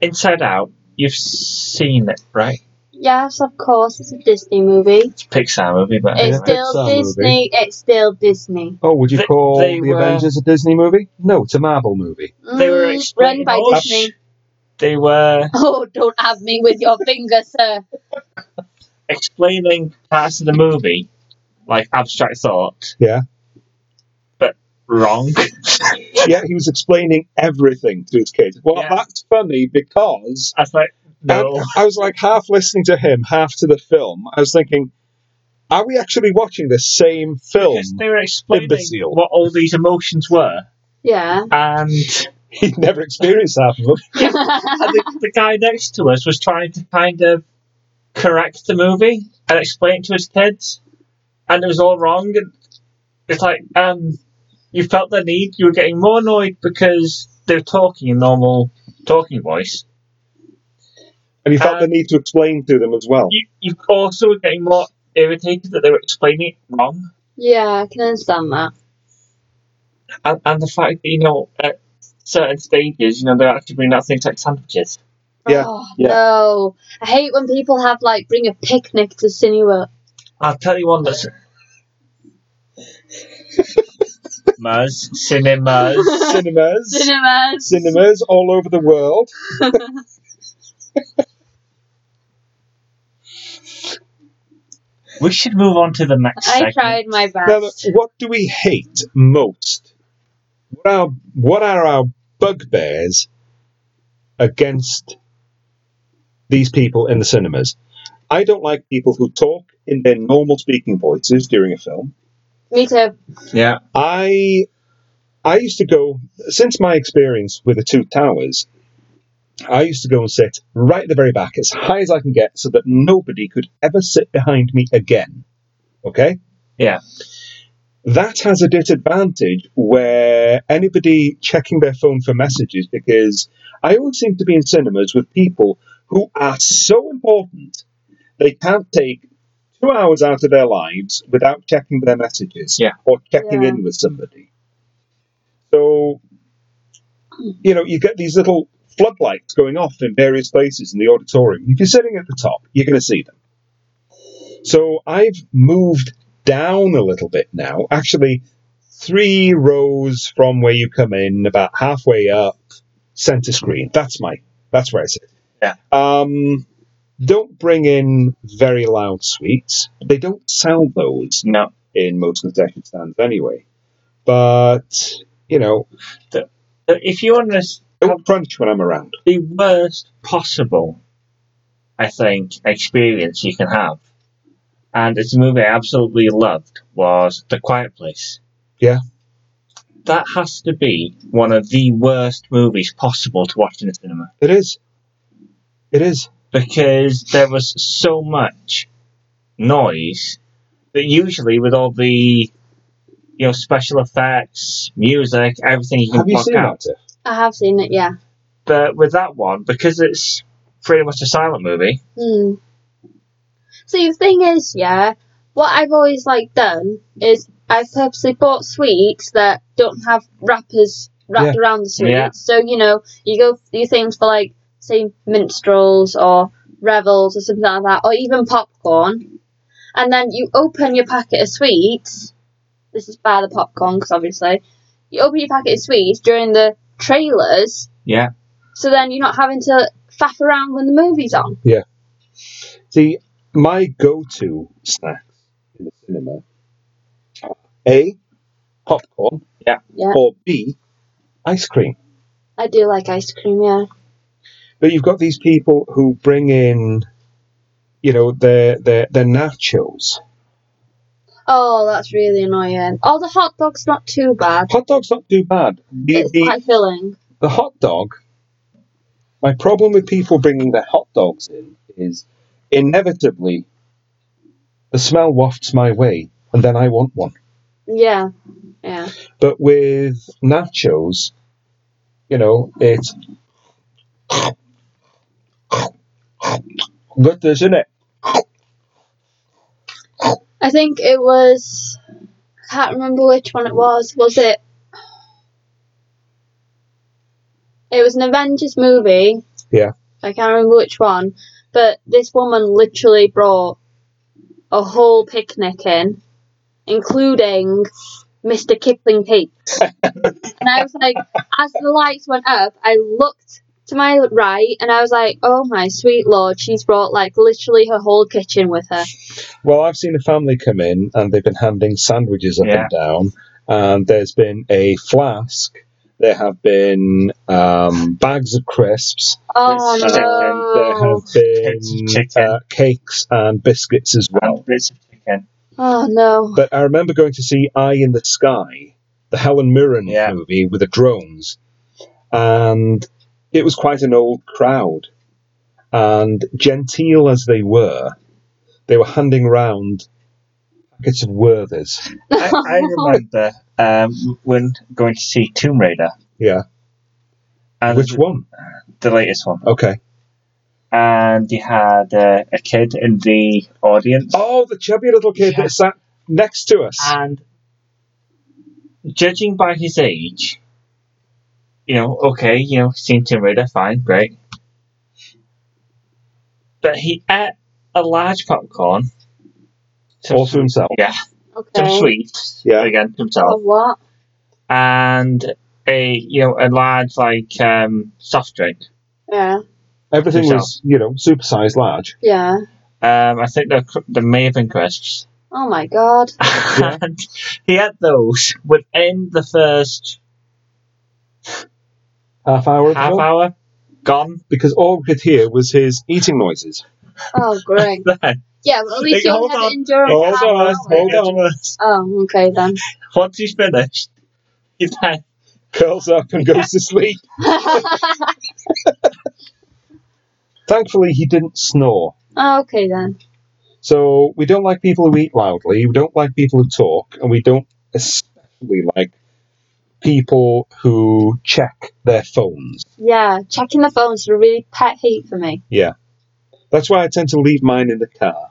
[SPEAKER 3] Inside Out, you've seen it, right?
[SPEAKER 1] Yes, of course. It's a Disney movie.
[SPEAKER 3] It's a Pixar movie, but
[SPEAKER 1] It's
[SPEAKER 3] anyway.
[SPEAKER 1] still
[SPEAKER 4] Pixar movie.
[SPEAKER 1] Disney. It's still Disney.
[SPEAKER 4] Oh, would you
[SPEAKER 3] They-
[SPEAKER 4] call
[SPEAKER 3] they
[SPEAKER 4] the
[SPEAKER 3] were-
[SPEAKER 4] Avengers a Disney movie? No, it's a Marvel movie.
[SPEAKER 3] They were
[SPEAKER 1] Mm, run
[SPEAKER 3] explaining-
[SPEAKER 1] by
[SPEAKER 3] Oh,
[SPEAKER 1] Disney.
[SPEAKER 3] they were
[SPEAKER 1] Oh, don't have me with your finger, sir.
[SPEAKER 3] explaining parts of the movie, like abstract thought,
[SPEAKER 4] Yeah.
[SPEAKER 3] wrong.
[SPEAKER 4] Yeah, he was explaining everything to his kids. Well,
[SPEAKER 3] Yeah.
[SPEAKER 4] that's funny because
[SPEAKER 3] I was like, no.
[SPEAKER 4] And I was like half listening to him, half to the film. I was thinking, are we actually watching the same film?
[SPEAKER 3] Because they were explaining
[SPEAKER 4] Imbecile.
[SPEAKER 3] what all these emotions were,
[SPEAKER 1] Yeah.
[SPEAKER 3] and
[SPEAKER 4] He'd never experienced half of them.
[SPEAKER 3] and the, the guy next to us was trying to kind of correct the movie and explain it to his kids, and it was all wrong. And it's like, um, you felt the need. You were getting more annoyed because they were talking in normal talking voice.
[SPEAKER 4] And he felt the
[SPEAKER 3] Um,
[SPEAKER 4] need to explain to them as well.
[SPEAKER 3] You, you also were getting more irritated that they were explaining it wrong,
[SPEAKER 1] yeah, I can understand that.
[SPEAKER 3] and, and the fact that you know at certain stages, you know, they're actually bringing out things like sandwiches.
[SPEAKER 4] Yeah,
[SPEAKER 1] Oh,
[SPEAKER 4] yeah.
[SPEAKER 1] No. I hate when people have, like, bring a picnic to Cineworld.
[SPEAKER 3] I'll tell you one that's Cinemas. Cinemas.
[SPEAKER 4] Cinemas.
[SPEAKER 1] Cinemas.
[SPEAKER 4] Cinemas all over the world.
[SPEAKER 3] We should move on to the next
[SPEAKER 1] I
[SPEAKER 3] segment.
[SPEAKER 1] tried my
[SPEAKER 4] Now,
[SPEAKER 1] best.
[SPEAKER 4] what do we hate most? What are, what are our bugbears against these people in the cinemas? I don't like people who talk in their normal speaking voices during a film.
[SPEAKER 1] Me too.
[SPEAKER 3] Yeah.
[SPEAKER 4] I I used to go since my experience with the two towers. I used to go and sit right at the very back, as high as I can get, so that nobody could ever sit behind me again. Okay?
[SPEAKER 3] Yeah.
[SPEAKER 4] That has a disadvantage where anybody checking their phone for messages, because I always seem to be in cinemas with people who are so important they can't take two hours out of their lives without checking their messages
[SPEAKER 3] Yeah.
[SPEAKER 4] or checking
[SPEAKER 1] Yeah.
[SPEAKER 4] in with somebody. So, you know, you get these little floodlights going off in various places in the auditorium. If you're sitting at the top, you're going to see them. So I've moved down a little bit now, actually, three rows from where you come in, about halfway up, center screen. That's my, that's where I sit.
[SPEAKER 3] Yeah.
[SPEAKER 4] Um, don't bring in very loud suites. They don't sell those
[SPEAKER 3] No.
[SPEAKER 4] in most concession stands anyway. But you know,
[SPEAKER 3] If you want to
[SPEAKER 4] don't crunch when I'm around.
[SPEAKER 3] the worst possible, I think, experience you can have. And it's a movie I absolutely loved was The Quiet Place.
[SPEAKER 4] Yeah.
[SPEAKER 3] That has to be one of the worst movies possible to watch in a cinema
[SPEAKER 4] It is. It is.
[SPEAKER 3] because there was so much noise that usually with all the you know special effects, music, everything you can
[SPEAKER 4] Have you
[SPEAKER 3] block
[SPEAKER 4] seen that?
[SPEAKER 3] out.
[SPEAKER 4] Tiff?
[SPEAKER 1] I have seen it, yeah.
[SPEAKER 3] But with that one, because it's pretty much a silent movie,
[SPEAKER 1] Hmm. See, the thing is, yeah, what I've always like done is I've purposely bought sweets that don't have wrappers wrapped around the sweets.
[SPEAKER 3] Yeah.
[SPEAKER 1] So you know, you go for these things for like say minstrels or revels or something like that, or even popcorn, and then you open your packet of sweets. This is by the popcorn, because obviously you open your packet of sweets during the trailers,
[SPEAKER 3] yeah,
[SPEAKER 1] so then you're not having to faff around when the movie's on.
[SPEAKER 4] See, my go-to snacks in the cinema: are a popcorn,
[SPEAKER 3] Yeah.
[SPEAKER 1] Yeah.
[SPEAKER 4] or b ice cream.
[SPEAKER 1] I do like ice cream, yeah.
[SPEAKER 4] But you've got these people who bring in, you know, their their their nachos.
[SPEAKER 1] Oh, that's really annoying. Oh, the hot dog's not too bad.
[SPEAKER 4] Hot dogs not too bad. The-
[SPEAKER 1] It's
[SPEAKER 4] the-
[SPEAKER 1] quite filling.
[SPEAKER 4] the hot dog. My problem with people bringing their hot dogs in is inevitably the smell wafts my way, and then I want one.
[SPEAKER 1] Yeah, yeah.
[SPEAKER 4] But with nachos, you know, it's good, isn't it?
[SPEAKER 1] I think it was. I can't remember which one it was. Was it? It was an Avengers movie.
[SPEAKER 4] Yeah.
[SPEAKER 1] I can't remember which one, but this woman literally brought a whole picnic in, including Mr. Kipling cakes. and I was like, as the lights went up, I looked to my right and I was like, oh my sweet lord, she's brought like literally her whole kitchen with her.
[SPEAKER 4] Well, I've seen a family come in and they've been handing sandwiches up
[SPEAKER 3] Yeah.
[SPEAKER 4] and down, and there's been a flask. There have been um, bags of crisps.
[SPEAKER 1] Oh
[SPEAKER 3] It's
[SPEAKER 4] There
[SPEAKER 1] no.
[SPEAKER 4] have been
[SPEAKER 3] Oh, Cakes and chicken.
[SPEAKER 4] uh, cakes and biscuits as well.
[SPEAKER 3] and bits of chicken.
[SPEAKER 1] Oh no.
[SPEAKER 4] But I remember going to see Eye in the Sky, the Helen Mirren
[SPEAKER 3] Yeah.
[SPEAKER 4] movie with the drones, and it was quite an old crowd. And genteel as they were, they were handing round packets of Werthers.
[SPEAKER 3] I, I remember um, when going to see Tomb Raider.
[SPEAKER 4] Yeah.
[SPEAKER 3] And
[SPEAKER 4] Which one?
[SPEAKER 3] The latest one.
[SPEAKER 4] Okay.
[SPEAKER 3] And you had uh, a kid in the audience.
[SPEAKER 4] Oh, the chubby little kid
[SPEAKER 3] Yeah.
[SPEAKER 4] that sat next to us.
[SPEAKER 3] And judging by his age, you know, okay, you know, seen Tomb Raider, fine, great. But he ate a large popcorn. some
[SPEAKER 4] All to
[SPEAKER 3] sweet-
[SPEAKER 4] himself.
[SPEAKER 3] Yeah, some
[SPEAKER 1] Okay.
[SPEAKER 3] sweets.
[SPEAKER 4] Yeah.
[SPEAKER 3] Again, to
[SPEAKER 1] Oh,
[SPEAKER 3] himself.
[SPEAKER 1] what?
[SPEAKER 3] and a you know a large like um, soft drink.
[SPEAKER 1] Yeah.
[SPEAKER 4] Everything was, you know, supersized large.
[SPEAKER 1] Yeah.
[SPEAKER 3] Um, I think they're cr- the Maven crisps.
[SPEAKER 1] Oh my god.
[SPEAKER 4] Yeah.
[SPEAKER 3] and he had those within the first
[SPEAKER 4] Half hour
[SPEAKER 3] half
[SPEAKER 4] ago.
[SPEAKER 3] hour. Gone.
[SPEAKER 4] Because all we could hear was his eating noises.
[SPEAKER 1] Oh great.
[SPEAKER 3] Then
[SPEAKER 1] Yeah, well, at least
[SPEAKER 3] Hey,
[SPEAKER 1] you
[SPEAKER 3] hold
[SPEAKER 1] only had
[SPEAKER 3] on.
[SPEAKER 1] endurance.
[SPEAKER 4] Hold
[SPEAKER 1] half an
[SPEAKER 4] on,
[SPEAKER 1] hour.
[SPEAKER 4] hold on.
[SPEAKER 1] Oh, okay then.
[SPEAKER 3] Once he's finished, he then
[SPEAKER 4] Curls up and goes to sleep. Thankfully, he didn't snore.
[SPEAKER 1] oh, okay then.
[SPEAKER 4] So we don't like people who eat loudly, we don't like people who talk, and we don't especially like people who check their phones.
[SPEAKER 1] Yeah, checking the phones is a really pet hate for me.
[SPEAKER 4] That's why I tend to leave mine in the car.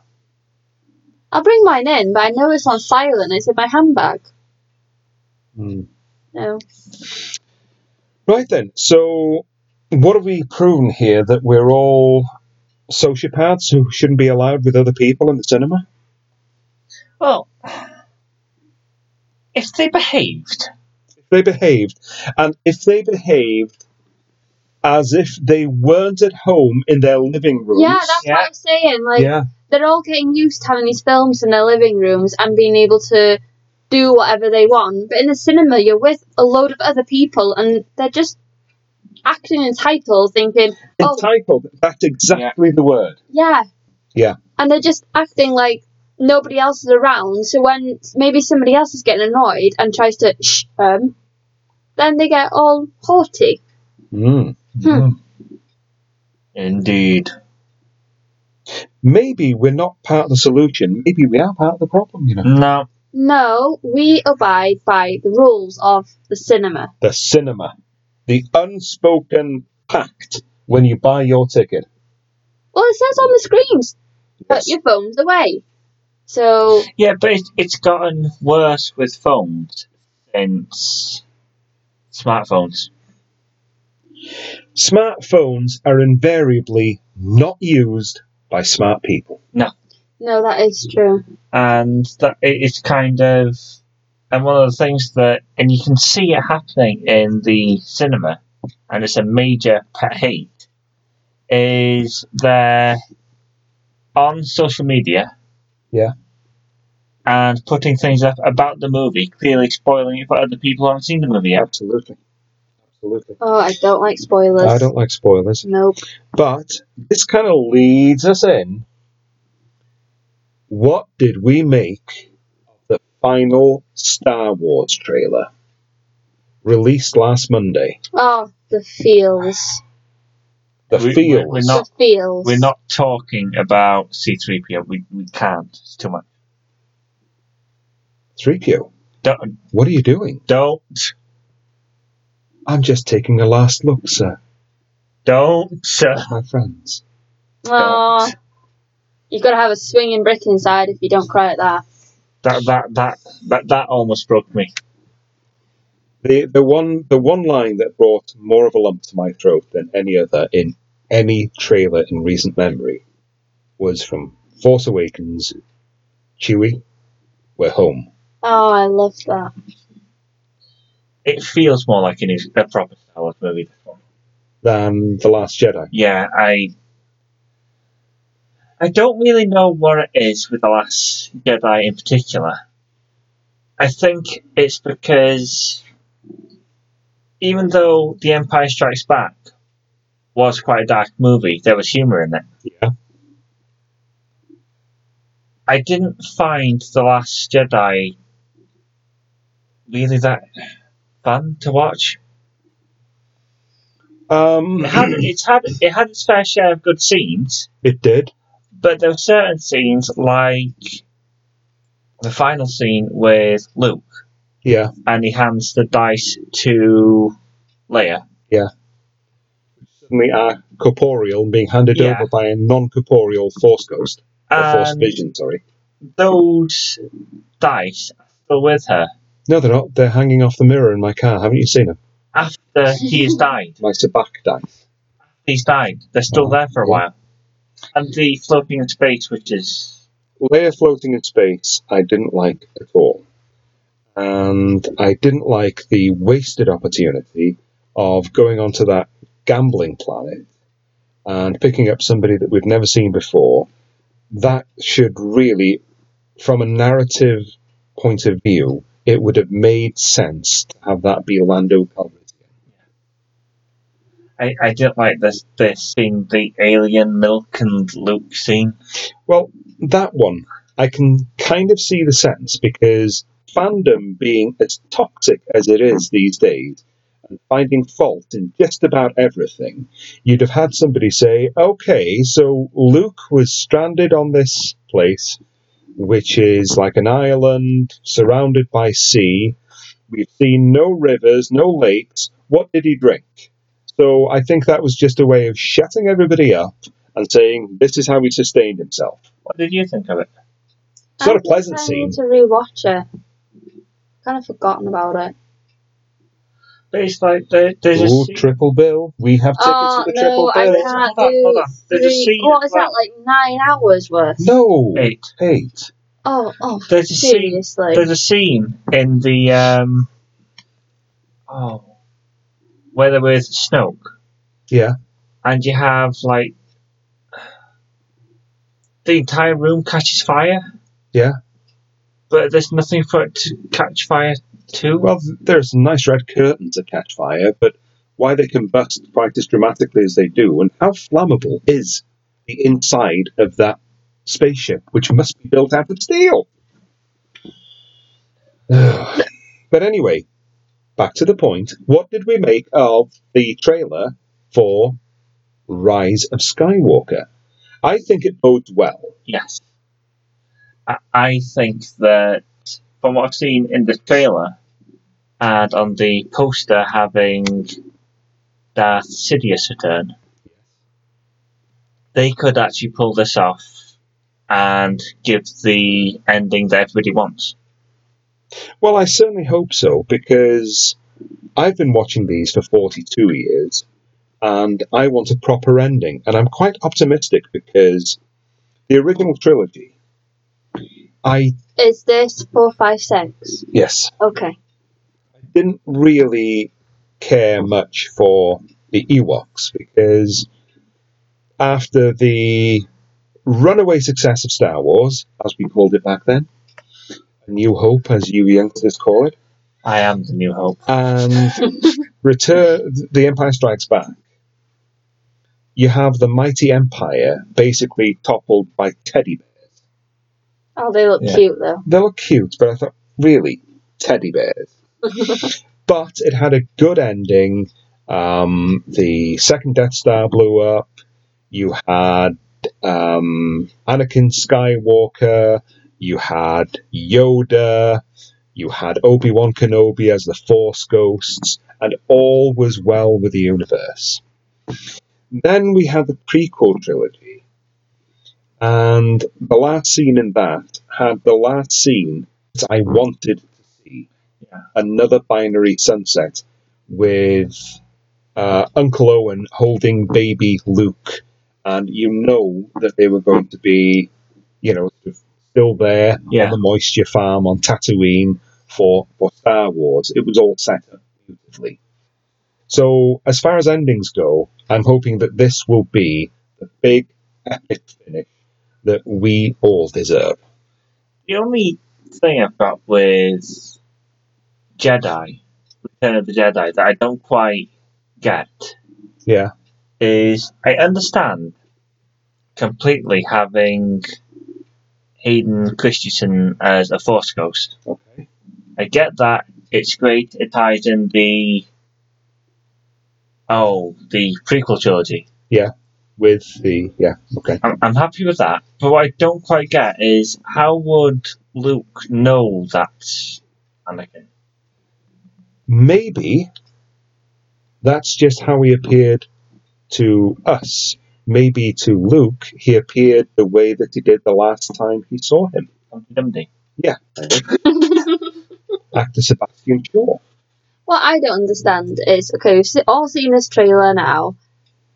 [SPEAKER 1] I'll bring mine in, but I know it's on silent. It's in my handbag. No.
[SPEAKER 4] Right then, so what have we proven here that we're all sociopaths who shouldn't be allowed with other people in the cinema?
[SPEAKER 3] well, if they behaved,
[SPEAKER 4] If they behaved, and if they behaved as if they weren't at home in their living rooms.
[SPEAKER 1] Yeah, that's
[SPEAKER 3] Yeah.
[SPEAKER 1] what I'm saying. Like
[SPEAKER 4] yeah,
[SPEAKER 1] they're all getting used to having these films in their living rooms and being able to do whatever they want. But in the cinema, you're with a load of other people, and they're just acting entitled, thinking, "Oh,
[SPEAKER 4] entitled. That's exactly the word.
[SPEAKER 1] Yeah.
[SPEAKER 4] Yeah.
[SPEAKER 1] And they're just acting like nobody else is around. So when maybe somebody else is getting annoyed and tries to shh them, then they get all haughty.
[SPEAKER 4] Mm.
[SPEAKER 1] Hmm.
[SPEAKER 3] indeed.
[SPEAKER 4] Maybe we're not part of the solution. Maybe we are part of the problem, you know.
[SPEAKER 3] No,
[SPEAKER 1] No, we abide by the rules of the cinema.
[SPEAKER 4] The cinema. The unspoken pact when you buy your ticket.
[SPEAKER 1] Well, it says on the screens, put
[SPEAKER 4] Yes.
[SPEAKER 1] your phones away. So,
[SPEAKER 3] yeah, but it, it's gotten worse with phones since smartphones.
[SPEAKER 4] Smartphones are invariably not used by smart people.
[SPEAKER 1] no, that is true.
[SPEAKER 3] and that it is kind of and one of the things that and you can see it happening in the cinema and it's a major pet hate is they're on social media
[SPEAKER 4] Yeah.
[SPEAKER 3] and putting things up about the movie clearly spoiling it for other people who haven't seen the movie yet
[SPEAKER 4] Absolutely. Absolutely.
[SPEAKER 1] Oh, I don't like spoilers.
[SPEAKER 4] I don't like spoilers.
[SPEAKER 1] Nope.
[SPEAKER 4] But this kind of leads us in. What did we make of the final Star Wars trailer released last Monday?
[SPEAKER 1] Oh, the feels.
[SPEAKER 4] The
[SPEAKER 3] We- we-
[SPEAKER 4] feels.
[SPEAKER 3] we're not-
[SPEAKER 1] the feels.
[SPEAKER 3] we're not talking about c3po we, we can't it's too much
[SPEAKER 4] 3PO,
[SPEAKER 3] don't
[SPEAKER 4] what are you doing?
[SPEAKER 3] don't
[SPEAKER 4] I'm just taking a last look, sir,
[SPEAKER 3] don't sir.
[SPEAKER 4] at my friends.
[SPEAKER 1] Aw. You've got to have a swinging brick inside if you don't cry at that.
[SPEAKER 3] that that that that, that almost broke me
[SPEAKER 4] The, the, one, the one line that brought more of a lump to my throat than any other in any trailer in recent memory was from Force Awakens Chewie, we're home.
[SPEAKER 1] Oh, I love that.
[SPEAKER 3] it feels more like an, a proper Star Wars movie. This one.
[SPEAKER 4] Than The Last Jedi.
[SPEAKER 3] Yeah, I I don't really know what it is with the Last Jedi in particular. I think it's because even though The Empire Strikes Back was quite a dark movie, there was humour in it.
[SPEAKER 4] Yeah.
[SPEAKER 3] I didn't find The Last Jedi really that fun to watch.
[SPEAKER 4] Um,
[SPEAKER 3] it had it's had it had its fair share of good scenes,
[SPEAKER 4] it did.
[SPEAKER 3] but there were certain scenes like the final scene with Luke
[SPEAKER 4] Yeah.
[SPEAKER 3] and he hands the dice to Leia.
[SPEAKER 4] Suddenly are corporeal and being handed
[SPEAKER 3] Yeah. Um,
[SPEAKER 4] over by a non corporeal Force Ghost. Or Force
[SPEAKER 3] And
[SPEAKER 4] Vision, sorry.
[SPEAKER 3] those dice are still with her
[SPEAKER 4] No, they're not. They're hanging off the mirror in my car. Haven't you seen them?
[SPEAKER 3] after he has died.
[SPEAKER 4] My Sabak dice.
[SPEAKER 3] He's died. They're still
[SPEAKER 4] Oh,
[SPEAKER 3] there for a
[SPEAKER 4] yeah.
[SPEAKER 3] while. And the floating in space, which is
[SPEAKER 4] Leia floating in space, I didn't like at all. and I didn't like the wasted opportunity of going onto that gambling planet and picking up somebody that we've never seen before. That should really, from a narrative point of view, it would have made sense to have that be Lando Calrissian.
[SPEAKER 3] I, I didn't like this this scene, the alien milk and Luke scene.
[SPEAKER 4] Well, that one, I can kind of see the sense because fandom being as toxic as it is these days and finding fault in just about everything, you'd have had somebody say, okay, so Luke was stranded on this place, which is like an island surrounded by sea. We've seen no rivers, no lakes. What did he drink? So I think that was just a way of shutting everybody up and saying, this is how he sustained himself.
[SPEAKER 3] What did you think of it?
[SPEAKER 4] It's not
[SPEAKER 1] I
[SPEAKER 4] a pleasant
[SPEAKER 1] guess I
[SPEAKER 4] scene.
[SPEAKER 1] need to rewatch it. Kind of forgotten about it.
[SPEAKER 3] But it's like there, there's a
[SPEAKER 4] Ooh,
[SPEAKER 3] scene.
[SPEAKER 4] Oh, triple bill. We have tickets
[SPEAKER 1] Oh
[SPEAKER 4] for
[SPEAKER 1] no,
[SPEAKER 4] the triple
[SPEAKER 1] I
[SPEAKER 4] bill.
[SPEAKER 1] can't
[SPEAKER 3] Hold on,
[SPEAKER 1] do
[SPEAKER 3] hold on. There's a
[SPEAKER 1] three-
[SPEAKER 3] scene
[SPEAKER 1] What is that
[SPEAKER 3] about-
[SPEAKER 1] like nine hours worth?
[SPEAKER 4] No,
[SPEAKER 3] Eight.
[SPEAKER 4] eight.
[SPEAKER 1] Oh, oh,
[SPEAKER 3] There's a scene.
[SPEAKER 1] seriously.
[SPEAKER 3] There's a scene in the um. Oh. Where there was Snoke,
[SPEAKER 4] Yeah,
[SPEAKER 3] and you have like the entire room catches fire.
[SPEAKER 4] yeah.
[SPEAKER 3] but there's nothing for it to catch fire to.
[SPEAKER 4] Well, th- there's nice red curtains that catch fire, but why they combust quite as dramatically as they do, and how flammable is the inside of that spaceship, which must be built out of steel? but anyway, back to the point. What did we make of the trailer for Rise of Skywalker? I think it bodes well.
[SPEAKER 3] yes. I, I think that from what I've seen in the trailer and on the poster having Darth Sidious return, they could actually pull this off and give the ending that everybody wants.
[SPEAKER 4] Well, I certainly hope so because I've been watching these for 42 years and I want a proper ending. And I'm quite optimistic because the original trilogy, I,
[SPEAKER 1] Is this four, five, six?
[SPEAKER 4] yes,
[SPEAKER 1] Okay.
[SPEAKER 4] didn't really care much for the Ewoks because after the runaway success of Star Wars, as we called it back then, New Hope, as you youngsters call it,
[SPEAKER 3] I am the new hope.
[SPEAKER 4] and return the Empire Strikes Back. You have the mighty empire basically toppled by teddy bears.
[SPEAKER 1] Oh, they look
[SPEAKER 3] Yeah.
[SPEAKER 1] cute though.
[SPEAKER 4] They were cute, but I thought, really, teddy bears. but it had a good ending. Um, the second Death Star blew up. You had um, Anakin Skywalker. You had Yoda. You had Obi Wan Kenobi as the Force Ghosts, and all was well with the universe. Then we had the prequel trilogy, and the last scene in that had the last scene that I wanted to see
[SPEAKER 3] Yeah.
[SPEAKER 4] another binary sunset with uh, Uncle Owen holding baby Luke, and you know that they were going to be, you know, still there on
[SPEAKER 3] Yeah.
[SPEAKER 4] the moisture farm on Tatooine for, for Star Wars. It was all set up beautifully. So, as far as endings go, I'm hoping that this will be the big epic finish that we all deserve.
[SPEAKER 3] The only thing I've got with Jedi, Return of the Jedi, that I don't quite get
[SPEAKER 4] Yeah,
[SPEAKER 3] is I understand completely having Hayden Christensen as a Force Ghost.
[SPEAKER 4] okay.
[SPEAKER 3] I get that. It's great. It ties in the oh the prequel trilogy.
[SPEAKER 4] With the, yeah, okay.
[SPEAKER 3] I'm, I'm happy with that. But what I don't quite get is how would Luke know that's Anakin?
[SPEAKER 4] maybe that's just how he appeared to us. Maybe to Luke, he appeared the way that he did the last time he saw him.
[SPEAKER 3] Humpty Dumpty.
[SPEAKER 4] Actor Sebastian Shaw.
[SPEAKER 1] What I don't understand is okay, we've se- all seen this trailer now,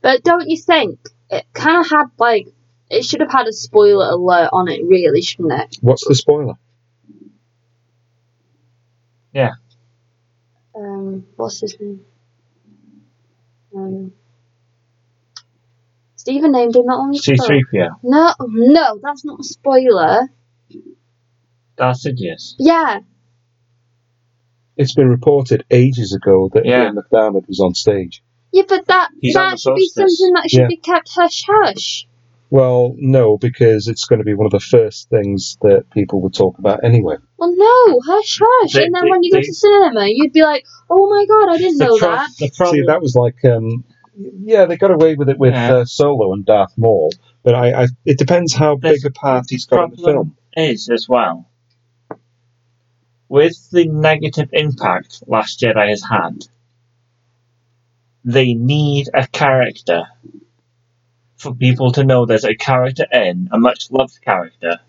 [SPEAKER 1] but don't you think it kind of had like it should have had a spoiler alert on it, really, shouldn't it?
[SPEAKER 4] What's the spoiler?
[SPEAKER 3] Yeah.
[SPEAKER 1] Um, what's his name? Um, Stephen named him that one. as well.
[SPEAKER 3] C3PO.
[SPEAKER 1] No, no, that's not a spoiler.
[SPEAKER 3] Darth Sidious.
[SPEAKER 1] Yeah,
[SPEAKER 4] It's been reported ages ago that
[SPEAKER 3] Yeah.
[SPEAKER 4] Ian McDermott was on stage.
[SPEAKER 1] yeah, but that
[SPEAKER 3] He's
[SPEAKER 1] that
[SPEAKER 3] on the
[SPEAKER 1] should be
[SPEAKER 3] posters.
[SPEAKER 1] something that should
[SPEAKER 4] Yeah.
[SPEAKER 1] be kept hush hush.
[SPEAKER 4] Well, no, because it's going to be one of the first things that people would talk about anyway.
[SPEAKER 1] Well, no, hush hush.
[SPEAKER 3] They-
[SPEAKER 1] and then
[SPEAKER 3] they-
[SPEAKER 1] when you go
[SPEAKER 3] they-
[SPEAKER 1] to cinema, you'd be like, oh my god, I didn't know
[SPEAKER 3] The, pro-
[SPEAKER 1] that.
[SPEAKER 3] the problem.
[SPEAKER 4] See, that was like, um, yeah, they got away with it with
[SPEAKER 3] Yeah.
[SPEAKER 4] uh, Solo and Darth Maul, but I, I, it depends how
[SPEAKER 3] There's-
[SPEAKER 4] big a part he's got in the
[SPEAKER 3] problem
[SPEAKER 4] film.
[SPEAKER 3] is as well with the negative impact Last Jedi has had. They need a character for people to know there's a character in a much loved character.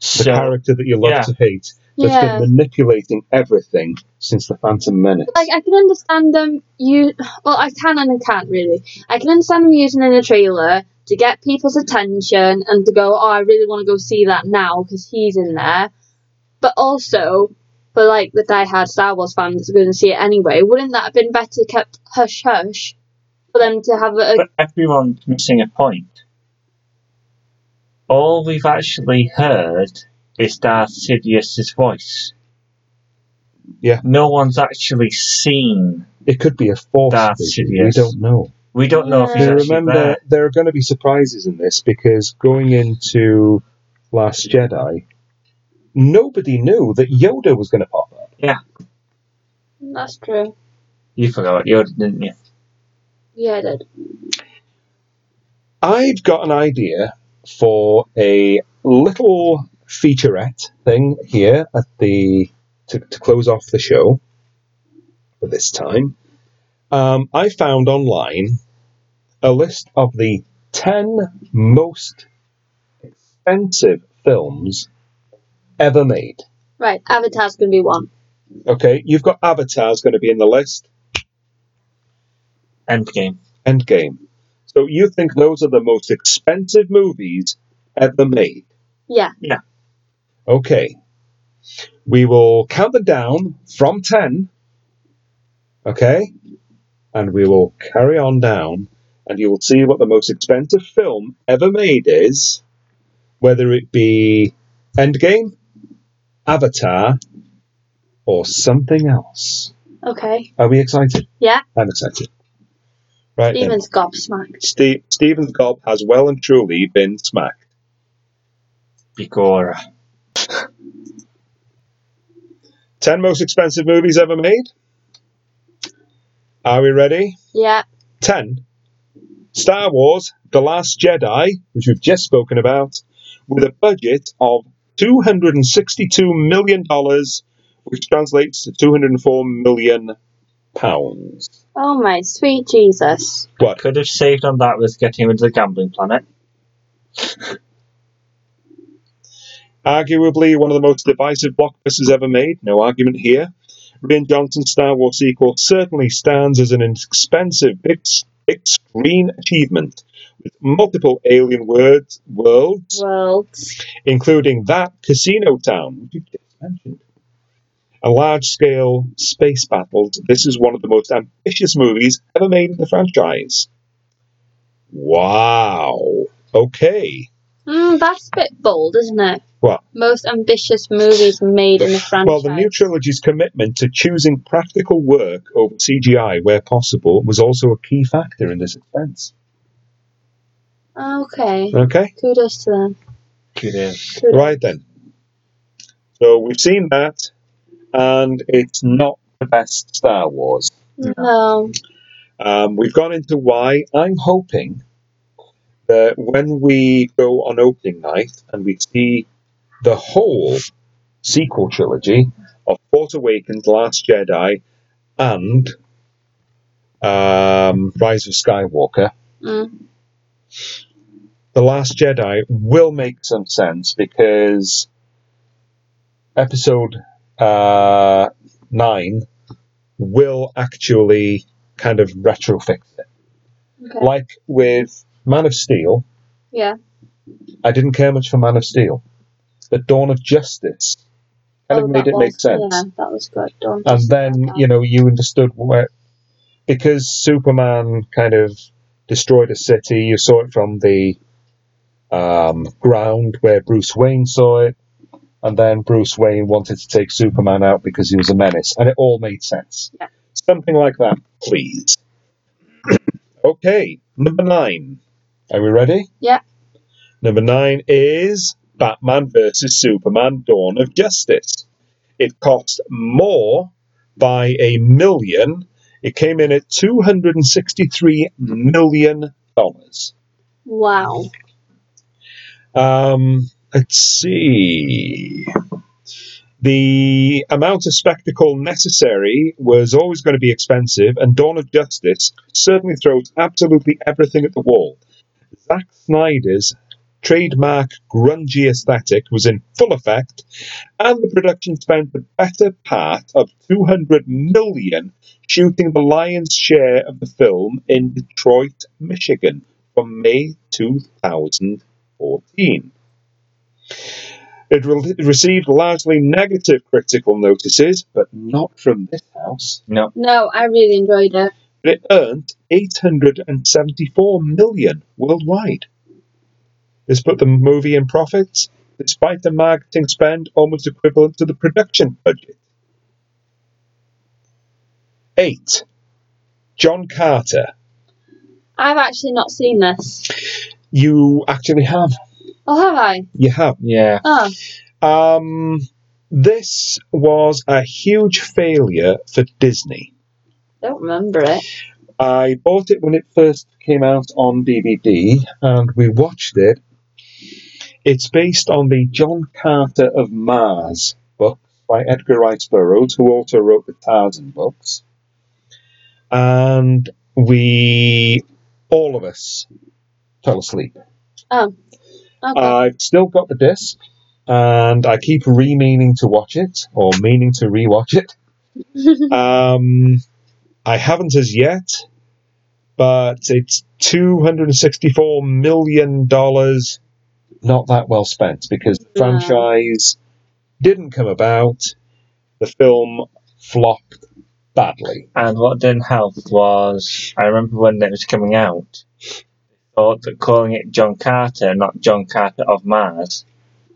[SPEAKER 4] The
[SPEAKER 3] So
[SPEAKER 4] character that you love
[SPEAKER 3] yeah.
[SPEAKER 4] to hate that's
[SPEAKER 1] Yeah,
[SPEAKER 4] been manipulating everything since the Phantom Menace.
[SPEAKER 1] like I can understand them. You well, I can and I can't really. I can understand them using it in a trailer to get people's attention and to go, oh, I really want to go see that now because he's in there. But also, for like the diehard Star Wars fans that's going to see it anyway, wouldn't that have been better kept hush hush for them to have a
[SPEAKER 3] but everyone's missing a point. All we've actually heard is Darth Sidious's voice.
[SPEAKER 4] Yeah.
[SPEAKER 3] No one's actually seen
[SPEAKER 4] It could be a force
[SPEAKER 3] Darth
[SPEAKER 4] vision.
[SPEAKER 3] Sidious.
[SPEAKER 4] We don't know.
[SPEAKER 3] We don't know if he's
[SPEAKER 1] Yeah.
[SPEAKER 4] Now,
[SPEAKER 3] actually
[SPEAKER 4] remember,
[SPEAKER 3] there.
[SPEAKER 4] there are going to be surprises in this because going into Last Jedi, nobody knew that Yoda was going to pop up.
[SPEAKER 1] That's true.
[SPEAKER 3] You forgot Yoda, didn't you?
[SPEAKER 1] Yeah, I did.
[SPEAKER 4] I've got an idea for a little featurette thing here at the to, to close off the show for this time. Um, I found online a list of the ten most expensive films ever made.
[SPEAKER 1] Right, Avatar's going to be one.
[SPEAKER 4] Okay, you've got Avatar's going to be in the list.
[SPEAKER 3] Endgame.
[SPEAKER 4] Endgame. So you think those are the most expensive movies ever made?
[SPEAKER 1] Yeah.
[SPEAKER 4] Okay. We will count them down from 10. Okay? And we will carry on down, and you will see what the most expensive film ever made is, whether it be Endgame, Avatar, or something else.
[SPEAKER 1] Okay.
[SPEAKER 4] Are we excited?
[SPEAKER 1] Yeah.
[SPEAKER 4] I'm excited. Right. then.
[SPEAKER 1] Steven's gobsmacked.
[SPEAKER 4] Ste Stephen's gob has well and truly been smacked.
[SPEAKER 3] Bigora.
[SPEAKER 4] 10 most expensive movies ever made. Are we ready?
[SPEAKER 1] Yeah.
[SPEAKER 4] 10. Star Wars The Last Jedi, which we've just spoken about, with a budget of $262 million, which translates to £204 million. Pounds.
[SPEAKER 1] Oh my sweet Jesus.
[SPEAKER 4] What?
[SPEAKER 3] Could have saved on that with getting rid of the gambling planet.
[SPEAKER 4] Arguably one of the most divisive blockbusters ever made, no argument here. Rian Johnson's Star Wars sequel certainly stands as an expensive big, s- big screen achievement, with multiple alien words, worlds,
[SPEAKER 1] Well,
[SPEAKER 4] including that casino town which you've just mentioned. And large scale space battles, this is one of the most ambitious movies ever made in the franchise. Wow. Okay.
[SPEAKER 1] mm, that's a bit bold, isn't it?
[SPEAKER 4] What?
[SPEAKER 1] Most ambitious movies made in the franchise.
[SPEAKER 4] Well, the new trilogy's commitment to choosing practical work over CGI where possible was also a key factor in this expense.
[SPEAKER 1] Okay.
[SPEAKER 4] Okay?
[SPEAKER 1] Kudos to them.
[SPEAKER 3] Kudos.
[SPEAKER 1] Kudos.
[SPEAKER 4] Right then. So we've seen that, and it's not the best Star Wars.
[SPEAKER 1] No.
[SPEAKER 4] Um, we've gone into why. I'm hoping that when we go on opening night and we see the whole sequel trilogy of Force Awakens, Last Jedi, and um, Rise of Skywalker,
[SPEAKER 1] Mm.
[SPEAKER 4] The Last Jedi will make some sense because episode uh, 9 will actually kind of retrofix it.
[SPEAKER 1] Okay.
[SPEAKER 4] like with Man of Steel,
[SPEAKER 1] Yeah.
[SPEAKER 4] I didn't care much for Man of Steel, but Dawn of Justice kind of
[SPEAKER 1] Oh,
[SPEAKER 4] made
[SPEAKER 1] that
[SPEAKER 4] it make
[SPEAKER 1] was-
[SPEAKER 4] sense.
[SPEAKER 1] Yeah, that was good. Don't
[SPEAKER 4] and then you know you understood where because Superman kind of destroyed a city. You saw it from the um, ground where Bruce Wayne saw it, and then Bruce Wayne wanted to take Superman out because he was a menace, and it all made sense.
[SPEAKER 1] Yeah.
[SPEAKER 4] Something like that, please. okay, number nine. Are we ready?
[SPEAKER 1] Yeah.
[SPEAKER 4] Number nine is Batman versus Superman: Dawn of Justice. It cost more by a million. It came in at two hundred and sixty-three million dollars.
[SPEAKER 1] Wow.
[SPEAKER 4] Um, let's see. The amount of spectacle necessary was always going to be expensive, and Dawn of Justice certainly throws absolutely everything at the wall. Zack Snyder's trademark grungy aesthetic was in full effect, and the production spent the better part of 200 million shooting the lion's share of the film in Detroit, Michigan, from May 2000. 14. It re- received largely negative critical notices, but not from this house.
[SPEAKER 3] No.
[SPEAKER 1] No, I really enjoyed it.
[SPEAKER 4] But it earned 874 million worldwide. This put the movie in profits, despite the marketing spend almost equivalent to the production budget. 8. John Carter.
[SPEAKER 1] I've actually not seen this.
[SPEAKER 4] You actually have.
[SPEAKER 1] Oh, have I?
[SPEAKER 4] You have.
[SPEAKER 3] Yeah.
[SPEAKER 1] Oh,
[SPEAKER 4] Um, this was a huge failure for Disney.
[SPEAKER 1] don't remember it.
[SPEAKER 4] I bought it when it first came out on DVD and we watched it. It's based on the John Carter of Mars book by Edgar Rice Burroughs, who also wrote the Tarzan books. And we, all of us, fell asleep.
[SPEAKER 1] Oh, Okay.
[SPEAKER 4] I've still got the disc, and I keep re-meaning to watch it or meaning to re-watch it. um, I haven't as yet, but it's two hundred and sixty-four million dollars. Not that well spent because the
[SPEAKER 1] No.
[SPEAKER 4] franchise didn't come about. The film flopped badly.
[SPEAKER 3] And what didn't help was I remember when it was coming out, they thought that calling it John Carter, not John Carter of Mars,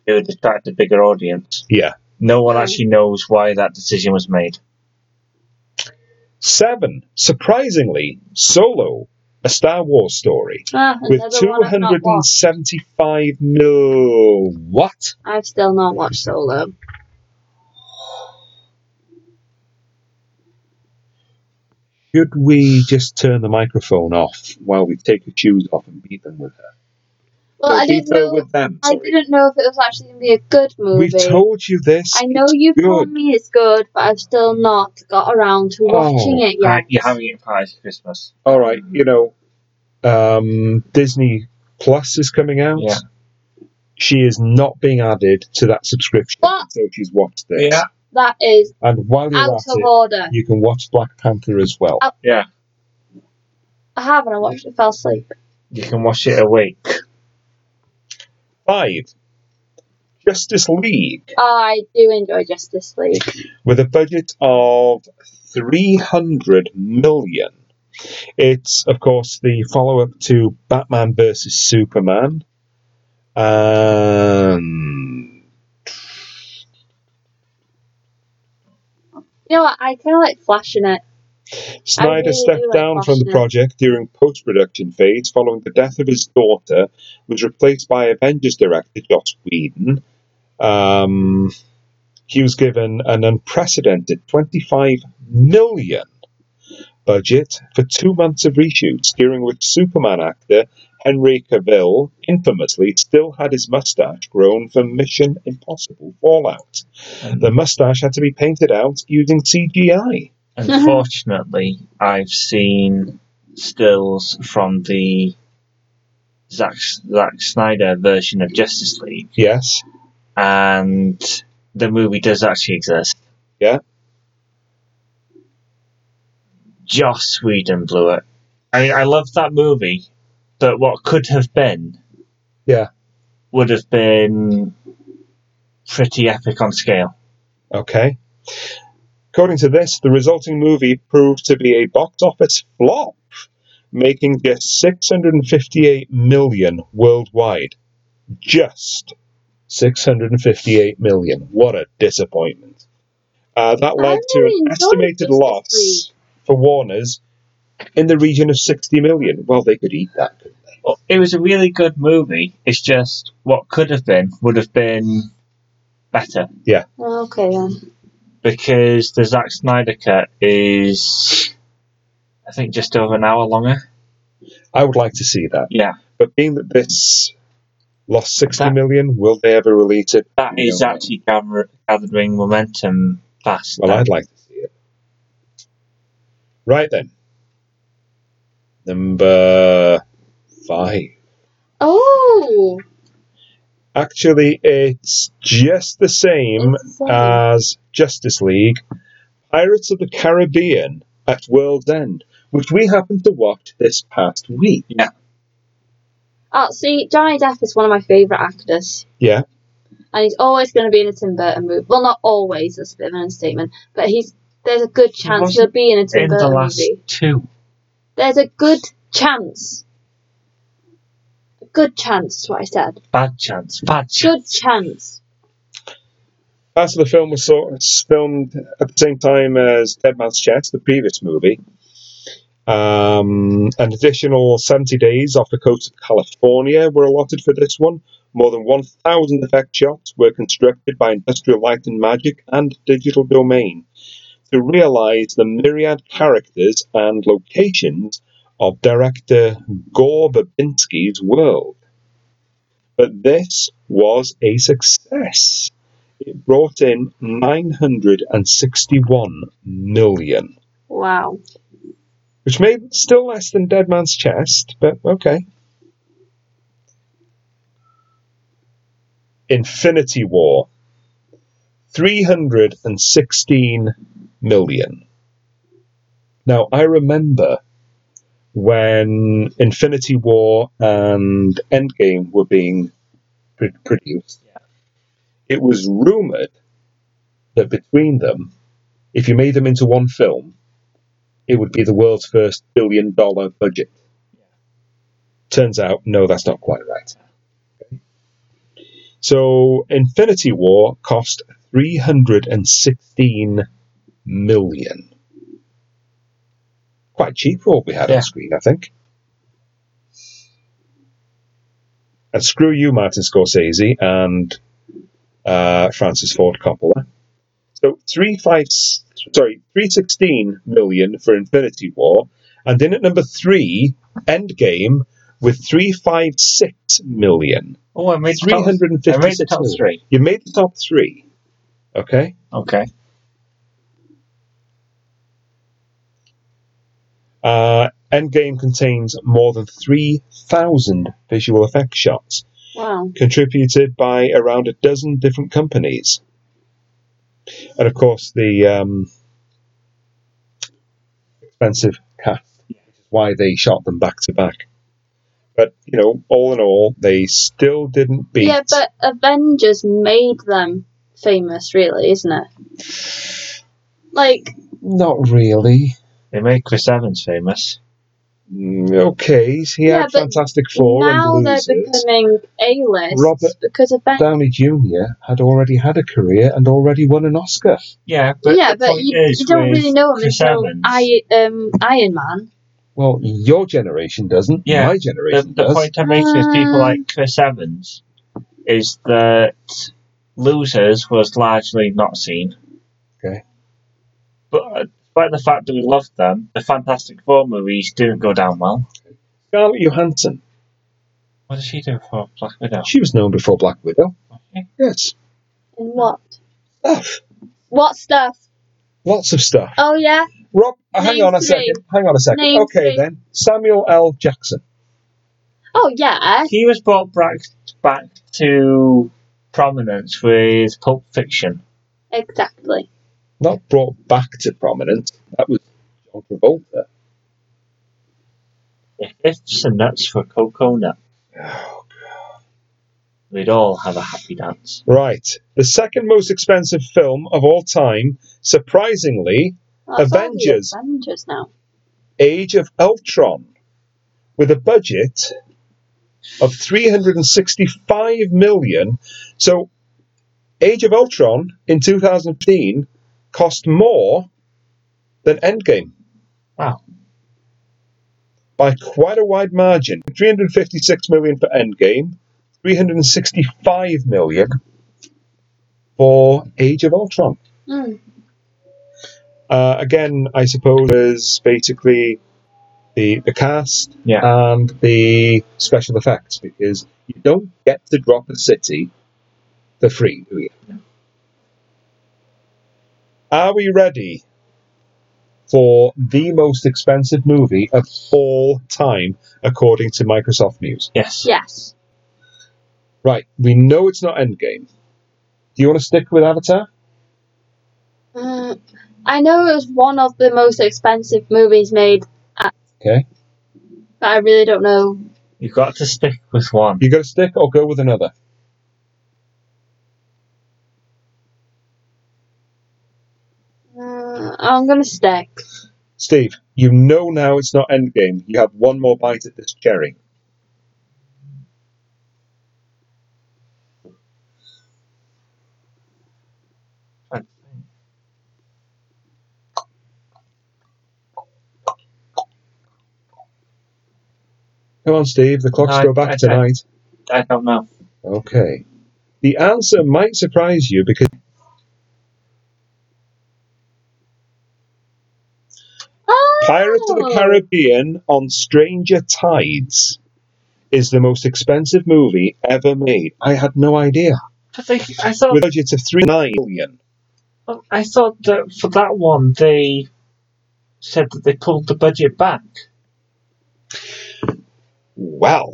[SPEAKER 3] it would attract a bigger audience.
[SPEAKER 4] Yeah.
[SPEAKER 3] No one
[SPEAKER 1] Yeah.
[SPEAKER 3] actually knows why that decision was made.
[SPEAKER 4] Seven. Surprisingly, Solo, a Star Wars story.
[SPEAKER 1] ah,
[SPEAKER 4] with
[SPEAKER 1] another one I've not watched.
[SPEAKER 4] 275 mil. What?
[SPEAKER 1] I've still not watched Solo.
[SPEAKER 4] Should we just turn the microphone off while we take her shoes off and beat them with her?
[SPEAKER 1] Well,
[SPEAKER 4] No,
[SPEAKER 1] I
[SPEAKER 4] beat
[SPEAKER 1] didn't
[SPEAKER 4] her
[SPEAKER 1] know.
[SPEAKER 4] with them.
[SPEAKER 1] I
[SPEAKER 4] sorry.
[SPEAKER 1] didn't know if it was actually going to be a good movie.
[SPEAKER 4] We've told you this.
[SPEAKER 1] I know you've told
[SPEAKER 4] good.
[SPEAKER 1] me it's good, but I've still not got around to watching
[SPEAKER 4] Oh,
[SPEAKER 1] it yet.
[SPEAKER 3] Right, You're having it prior to Christmas.
[SPEAKER 4] All right, you know, um, Disney Plus is coming out.
[SPEAKER 3] Yeah.
[SPEAKER 4] She is not being added to that subscription
[SPEAKER 1] What?
[SPEAKER 4] until she's watched this.
[SPEAKER 1] That is
[SPEAKER 4] And while you're
[SPEAKER 1] out
[SPEAKER 4] at
[SPEAKER 1] of
[SPEAKER 4] it,
[SPEAKER 1] order.
[SPEAKER 4] you can watch Black Panther as well.
[SPEAKER 1] Oh.
[SPEAKER 3] Yeah.
[SPEAKER 1] I haven't. I watched it. Fell asleep.
[SPEAKER 3] You can watch it awake.
[SPEAKER 4] Five. Justice League.
[SPEAKER 1] I do enjoy Justice League.
[SPEAKER 4] with a budget of 300 million. It's, of course, the follow up to Batman versus Superman. Um,
[SPEAKER 1] You know what? I kind of like flashing it.
[SPEAKER 4] Snyder
[SPEAKER 1] really
[SPEAKER 4] stepped
[SPEAKER 1] do like
[SPEAKER 4] down from the
[SPEAKER 1] Flashman.
[SPEAKER 4] project during post production phase following the death of his daughter, was replaced by Avengers director Joss Whedon. Um, he was given an unprecedented 25 million budget for two months of reshoots, during which Superman actor Henry Cavill infamously still had his mustache grown for Mission Impossible Fallout. The mustache had to be painted out using CGI.
[SPEAKER 3] Unfortunately, I've seen stills from the Zack, Zack Snyder version of Justice League,
[SPEAKER 4] Yes.
[SPEAKER 3] and the movie does actually exist.
[SPEAKER 4] Yeah.
[SPEAKER 3] Joss Whedon blew it. I mean, I love that movie, but what could have been,
[SPEAKER 4] Yeah.
[SPEAKER 3] would have been pretty epic on scale.
[SPEAKER 4] Okay. According to this, the resulting movie proved to be a box office flop, making just 658 million worldwide. Just 658 million. What a disappointment. Uh, that
[SPEAKER 1] I
[SPEAKER 4] led to
[SPEAKER 1] really
[SPEAKER 4] an
[SPEAKER 1] enjoyed
[SPEAKER 4] estimated
[SPEAKER 1] Justice
[SPEAKER 4] loss for Warner's in the region of 60 million. Well, they could eat that. couldn't they?
[SPEAKER 3] Well, It was a really good movie. It's just what could have been would have been better
[SPEAKER 1] Oh, okay then.
[SPEAKER 3] because the Zack Snyder cut is, I think, just over an hour longer.
[SPEAKER 4] I would like to see that.
[SPEAKER 3] Yeah,
[SPEAKER 4] But being that this lost sixty
[SPEAKER 3] That-
[SPEAKER 4] million, will they ever release it?
[SPEAKER 3] that
[SPEAKER 4] We
[SPEAKER 3] is
[SPEAKER 4] don't know.
[SPEAKER 3] actually gather- gathering momentum fast.
[SPEAKER 4] Well,
[SPEAKER 3] now.
[SPEAKER 4] I'd like to see it. Right then. Number five.
[SPEAKER 1] Oh.
[SPEAKER 4] Actually, it's just the same
[SPEAKER 1] it's the same.
[SPEAKER 4] as Justice League Pirates of the Caribbean at World's End, which we happened to watch this past week.
[SPEAKER 1] oh, see, Johnny Depp is one of my favourite actors.
[SPEAKER 4] Yeah.
[SPEAKER 1] And he's always going to be in a Tim Burton movie. Well, not always, that's a bit of an understatement. But he's there's a good chance he'll
[SPEAKER 3] wasn't
[SPEAKER 1] be in a Tim
[SPEAKER 3] in the
[SPEAKER 1] Burton
[SPEAKER 3] last
[SPEAKER 1] movie.
[SPEAKER 3] two.
[SPEAKER 1] There's a good chance. A good chance, is what I said.
[SPEAKER 3] Bad chance. Bad chance.
[SPEAKER 1] Good chance.
[SPEAKER 4] Part of the film was sort of filmed at the same time as Dead Man's Chest, the previous movie. Um, an additional 70 days off the coast of California were allotted for this one. More than 1,000 effect shots were constructed by Industrial Light and Magic and Digital Domain to realize the myriad characters and locations of director Gore Verbinski's world. But this was a success. It brought in 961 million
[SPEAKER 1] Wow.
[SPEAKER 4] which made still less than Dead Man's Chest, but okay. Infinity War, 316 million. Now, I remember when Infinity War and Endgame were being pr- produced, it was rumored that between them, if you made them into one film, it would be the world's first billion dollar budget. Turns out, no, that's not quite right. Okay. So, Infinity War cost 316 million. Quite cheap for what we had
[SPEAKER 3] Yeah.
[SPEAKER 4] on screen, I think. And screw you, Martin Scorsese and uh, Francis Ford Coppola. So three five, s- sorry, three sixteen million for Infinity War, and then at number three, Endgame with three five six million.
[SPEAKER 3] Oh, I made the
[SPEAKER 4] Three
[SPEAKER 3] top-
[SPEAKER 4] hundred and
[SPEAKER 3] I
[SPEAKER 4] fifty
[SPEAKER 3] made the
[SPEAKER 4] six
[SPEAKER 3] top
[SPEAKER 4] million.
[SPEAKER 3] three.
[SPEAKER 4] You made the top three. Okay.
[SPEAKER 3] Okay.
[SPEAKER 4] Uh, Endgame contains more than three thousand visual effects shots,
[SPEAKER 1] Wow.
[SPEAKER 4] contributed by around a dozen different companies, and of course the um, expensive cast. why they shot them back to back. But you know, all in all, they still didn't beat.
[SPEAKER 1] Yeah, but Avengers made them famous, really, isn't it? Like,
[SPEAKER 4] not really.
[SPEAKER 3] They made Chris Evans famous.
[SPEAKER 4] Mm, Okay, he
[SPEAKER 1] Yeah,
[SPEAKER 4] had
[SPEAKER 1] but
[SPEAKER 4] Fantastic Four
[SPEAKER 1] now
[SPEAKER 4] and
[SPEAKER 1] they're
[SPEAKER 4] losers.
[SPEAKER 1] becoming A-lists
[SPEAKER 4] Robert
[SPEAKER 1] because of Ben.
[SPEAKER 4] Downey Jr. had already had a career and already won an Oscar.
[SPEAKER 3] Yeah, but
[SPEAKER 1] yeah,
[SPEAKER 3] the
[SPEAKER 1] but
[SPEAKER 3] point
[SPEAKER 1] you,
[SPEAKER 3] is
[SPEAKER 1] you don't
[SPEAKER 3] with
[SPEAKER 1] really know him
[SPEAKER 3] Chris
[SPEAKER 1] until
[SPEAKER 3] Evans,
[SPEAKER 1] I, um, Iron Man.
[SPEAKER 4] Well, your generation doesn't.
[SPEAKER 3] Yeah,
[SPEAKER 4] my
[SPEAKER 3] the,
[SPEAKER 4] generation
[SPEAKER 3] the
[SPEAKER 4] does.
[SPEAKER 3] point I'm making is people
[SPEAKER 1] Um,
[SPEAKER 3] like Chris Evans is that Losers was largely not seen.
[SPEAKER 4] Okay.
[SPEAKER 3] But uh, despite the fact that we loved them, the Fantastic Four movies didn't go down well.
[SPEAKER 4] Scarlett Johansson.
[SPEAKER 3] What did she do for Black Widow?
[SPEAKER 4] She was known before Black Widow.
[SPEAKER 3] Okay.
[SPEAKER 4] Yes,
[SPEAKER 1] In what?
[SPEAKER 4] stuff.
[SPEAKER 1] What stuff?
[SPEAKER 4] Lots of stuff.
[SPEAKER 1] Oh, yeah?
[SPEAKER 4] Rob, uh, hang
[SPEAKER 1] Name
[SPEAKER 4] on a
[SPEAKER 1] three.
[SPEAKER 4] second. Hang on a second.
[SPEAKER 1] Name
[SPEAKER 4] okay
[SPEAKER 1] three.
[SPEAKER 4] then, Samuel L. Jackson.
[SPEAKER 1] Oh, yeah.
[SPEAKER 3] He was brought back, back to prominence with Pulp Fiction.
[SPEAKER 1] Exactly.
[SPEAKER 4] not brought back to prominence. That was John Travolta.
[SPEAKER 3] Ifs and nuts for cocoa nut. We'd all have a happy dance.
[SPEAKER 4] Right. The second most expensive film of all time, surprisingly,
[SPEAKER 1] That's all the
[SPEAKER 4] Avengers.
[SPEAKER 1] Avengers now.
[SPEAKER 4] Age of Ultron, with a budget of 365 million. So, Age of Ultron in 2015 cost more than Endgame
[SPEAKER 3] Wow.
[SPEAKER 4] by quite a wide margin. 356 million for Endgame, 365 million for Age of Ultron.
[SPEAKER 1] Mm.
[SPEAKER 4] Uh, again, I suppose is basically the the cast
[SPEAKER 3] Yeah.
[SPEAKER 4] and the special effects because you don't get to drop a city for free, do you? Are we ready for the most expensive movie of all time, according to Microsoft News?
[SPEAKER 3] yes.
[SPEAKER 1] Yes.
[SPEAKER 4] Right, we know it's not Endgame. Do you want to stick with Avatar?
[SPEAKER 1] Uh, I know it was one of the most expensive movies made,
[SPEAKER 4] Okay.
[SPEAKER 1] but I really don't know.
[SPEAKER 3] You've got to stick with one.
[SPEAKER 4] You got to stick or go with another?
[SPEAKER 1] Uh, I'm gonna stick.
[SPEAKER 4] Steve, you know now it's not Endgame. You have one more bite at this cherry. Come on, Steve. The clocks
[SPEAKER 3] No, I-
[SPEAKER 4] go back
[SPEAKER 3] I- I-
[SPEAKER 4] tonight.
[SPEAKER 3] I don't know.
[SPEAKER 4] Okay. The answer might surprise you because
[SPEAKER 1] Oh!
[SPEAKER 4] Pirates of the Caribbean on Stranger Tides is the most expensive movie ever made. I had no idea.
[SPEAKER 3] I think I thought
[SPEAKER 4] With a budget of three nine million.
[SPEAKER 3] I thought that for that one they said that they pulled the budget back.
[SPEAKER 4] Well,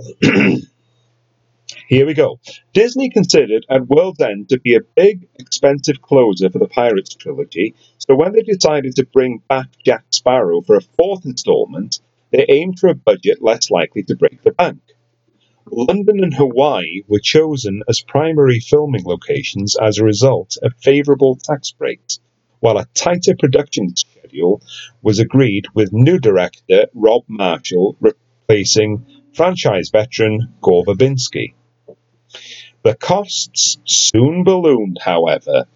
[SPEAKER 4] here we go. Disney considered At World's End to be a big, expensive closer for the Pirates trilogy, so when they decided to bring back Jack Sparrow for a fourth installment, they aimed for a budget less likely to break the bank. London and Hawaii were chosen as primary filming locations as a result of favourable tax breaks, while a tighter production schedule was agreed with new director Rob Marshall replacing franchise veteran Gore Verbinski. The costs soon ballooned, however.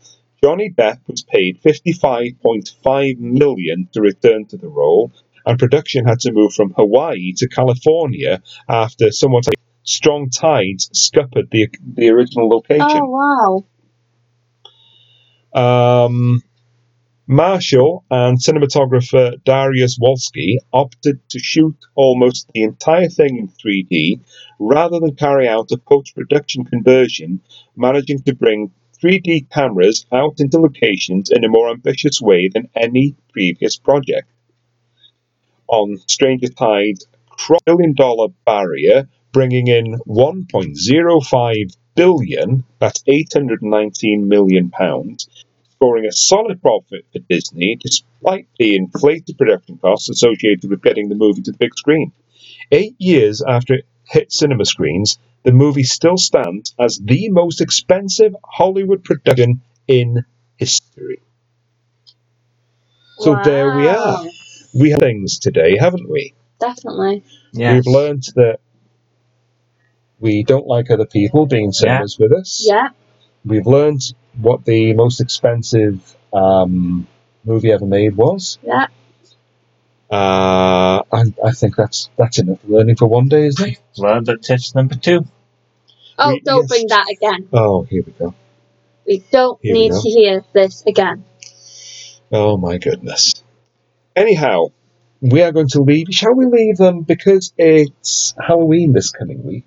[SPEAKER 4] Johnny Depp was paid 55.5 million to return to the role, and production had to move from Hawaii to California after somewhat like strong tides scuppered the, the original location.
[SPEAKER 1] Oh wow!
[SPEAKER 4] Um, Marshall and cinematographer Darius Wolski opted to shoot almost the entire thing in 3D rather than carry out a post production conversion, managing to bring 3D cameras out into locations in a more ambitious way than any previous project. On Stranger Tides, cross billion dollar barrier, bringing in 1.05 billion, that's 819 million pounds, scoring a solid profit for Disney despite the inflated production costs associated with getting the movie to the big screen. Eight years after it hit cinema screens, the movie still stands as the most expensive Hollywood production in history. So there we
[SPEAKER 1] Wow.
[SPEAKER 4] are. We have things today, haven't we?
[SPEAKER 1] Definitely.
[SPEAKER 3] Yes.
[SPEAKER 4] We've learnt that we don't like other people being in cinemas with us.
[SPEAKER 1] Yeah.
[SPEAKER 4] We've learnt what the most expensive um, movie ever made was.
[SPEAKER 1] Yeah.
[SPEAKER 4] Uh, and I think that's that's enough learning for one day, isn't it?
[SPEAKER 3] Learned that tips number two.
[SPEAKER 1] Oh,
[SPEAKER 4] We-
[SPEAKER 1] don't
[SPEAKER 4] yes.
[SPEAKER 1] bring that again.
[SPEAKER 4] Oh, here we go.
[SPEAKER 1] We don't
[SPEAKER 4] Here we
[SPEAKER 1] need
[SPEAKER 4] go.
[SPEAKER 1] to hear this again.
[SPEAKER 4] Oh my goodness. Anyhow, we are going to leave. Shall we leave them because it's Halloween this coming week?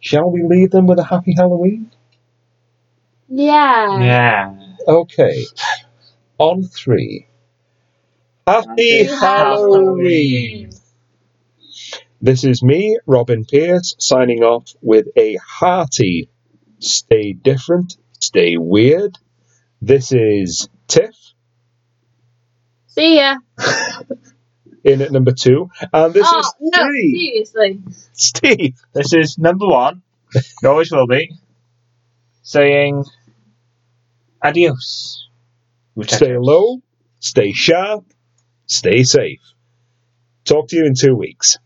[SPEAKER 4] Shall we leave them with a happy Halloween? Mm.
[SPEAKER 1] Yeah.
[SPEAKER 3] Yeah.
[SPEAKER 4] Okay. On three. Happy
[SPEAKER 3] Happy
[SPEAKER 4] Halloween. This is me, Robin Pierce, signing off with a hearty stay different, stay weird. This is Tiff
[SPEAKER 1] See ya.
[SPEAKER 4] in at number two, and this
[SPEAKER 1] oh
[SPEAKER 4] is
[SPEAKER 1] no!
[SPEAKER 4] three,
[SPEAKER 1] Seriously.
[SPEAKER 4] Steve.
[SPEAKER 3] This is number one. It always will be. saying adios. muchachos.
[SPEAKER 4] Stay low, stay sharp, stay safe. Talk to you in two weeks.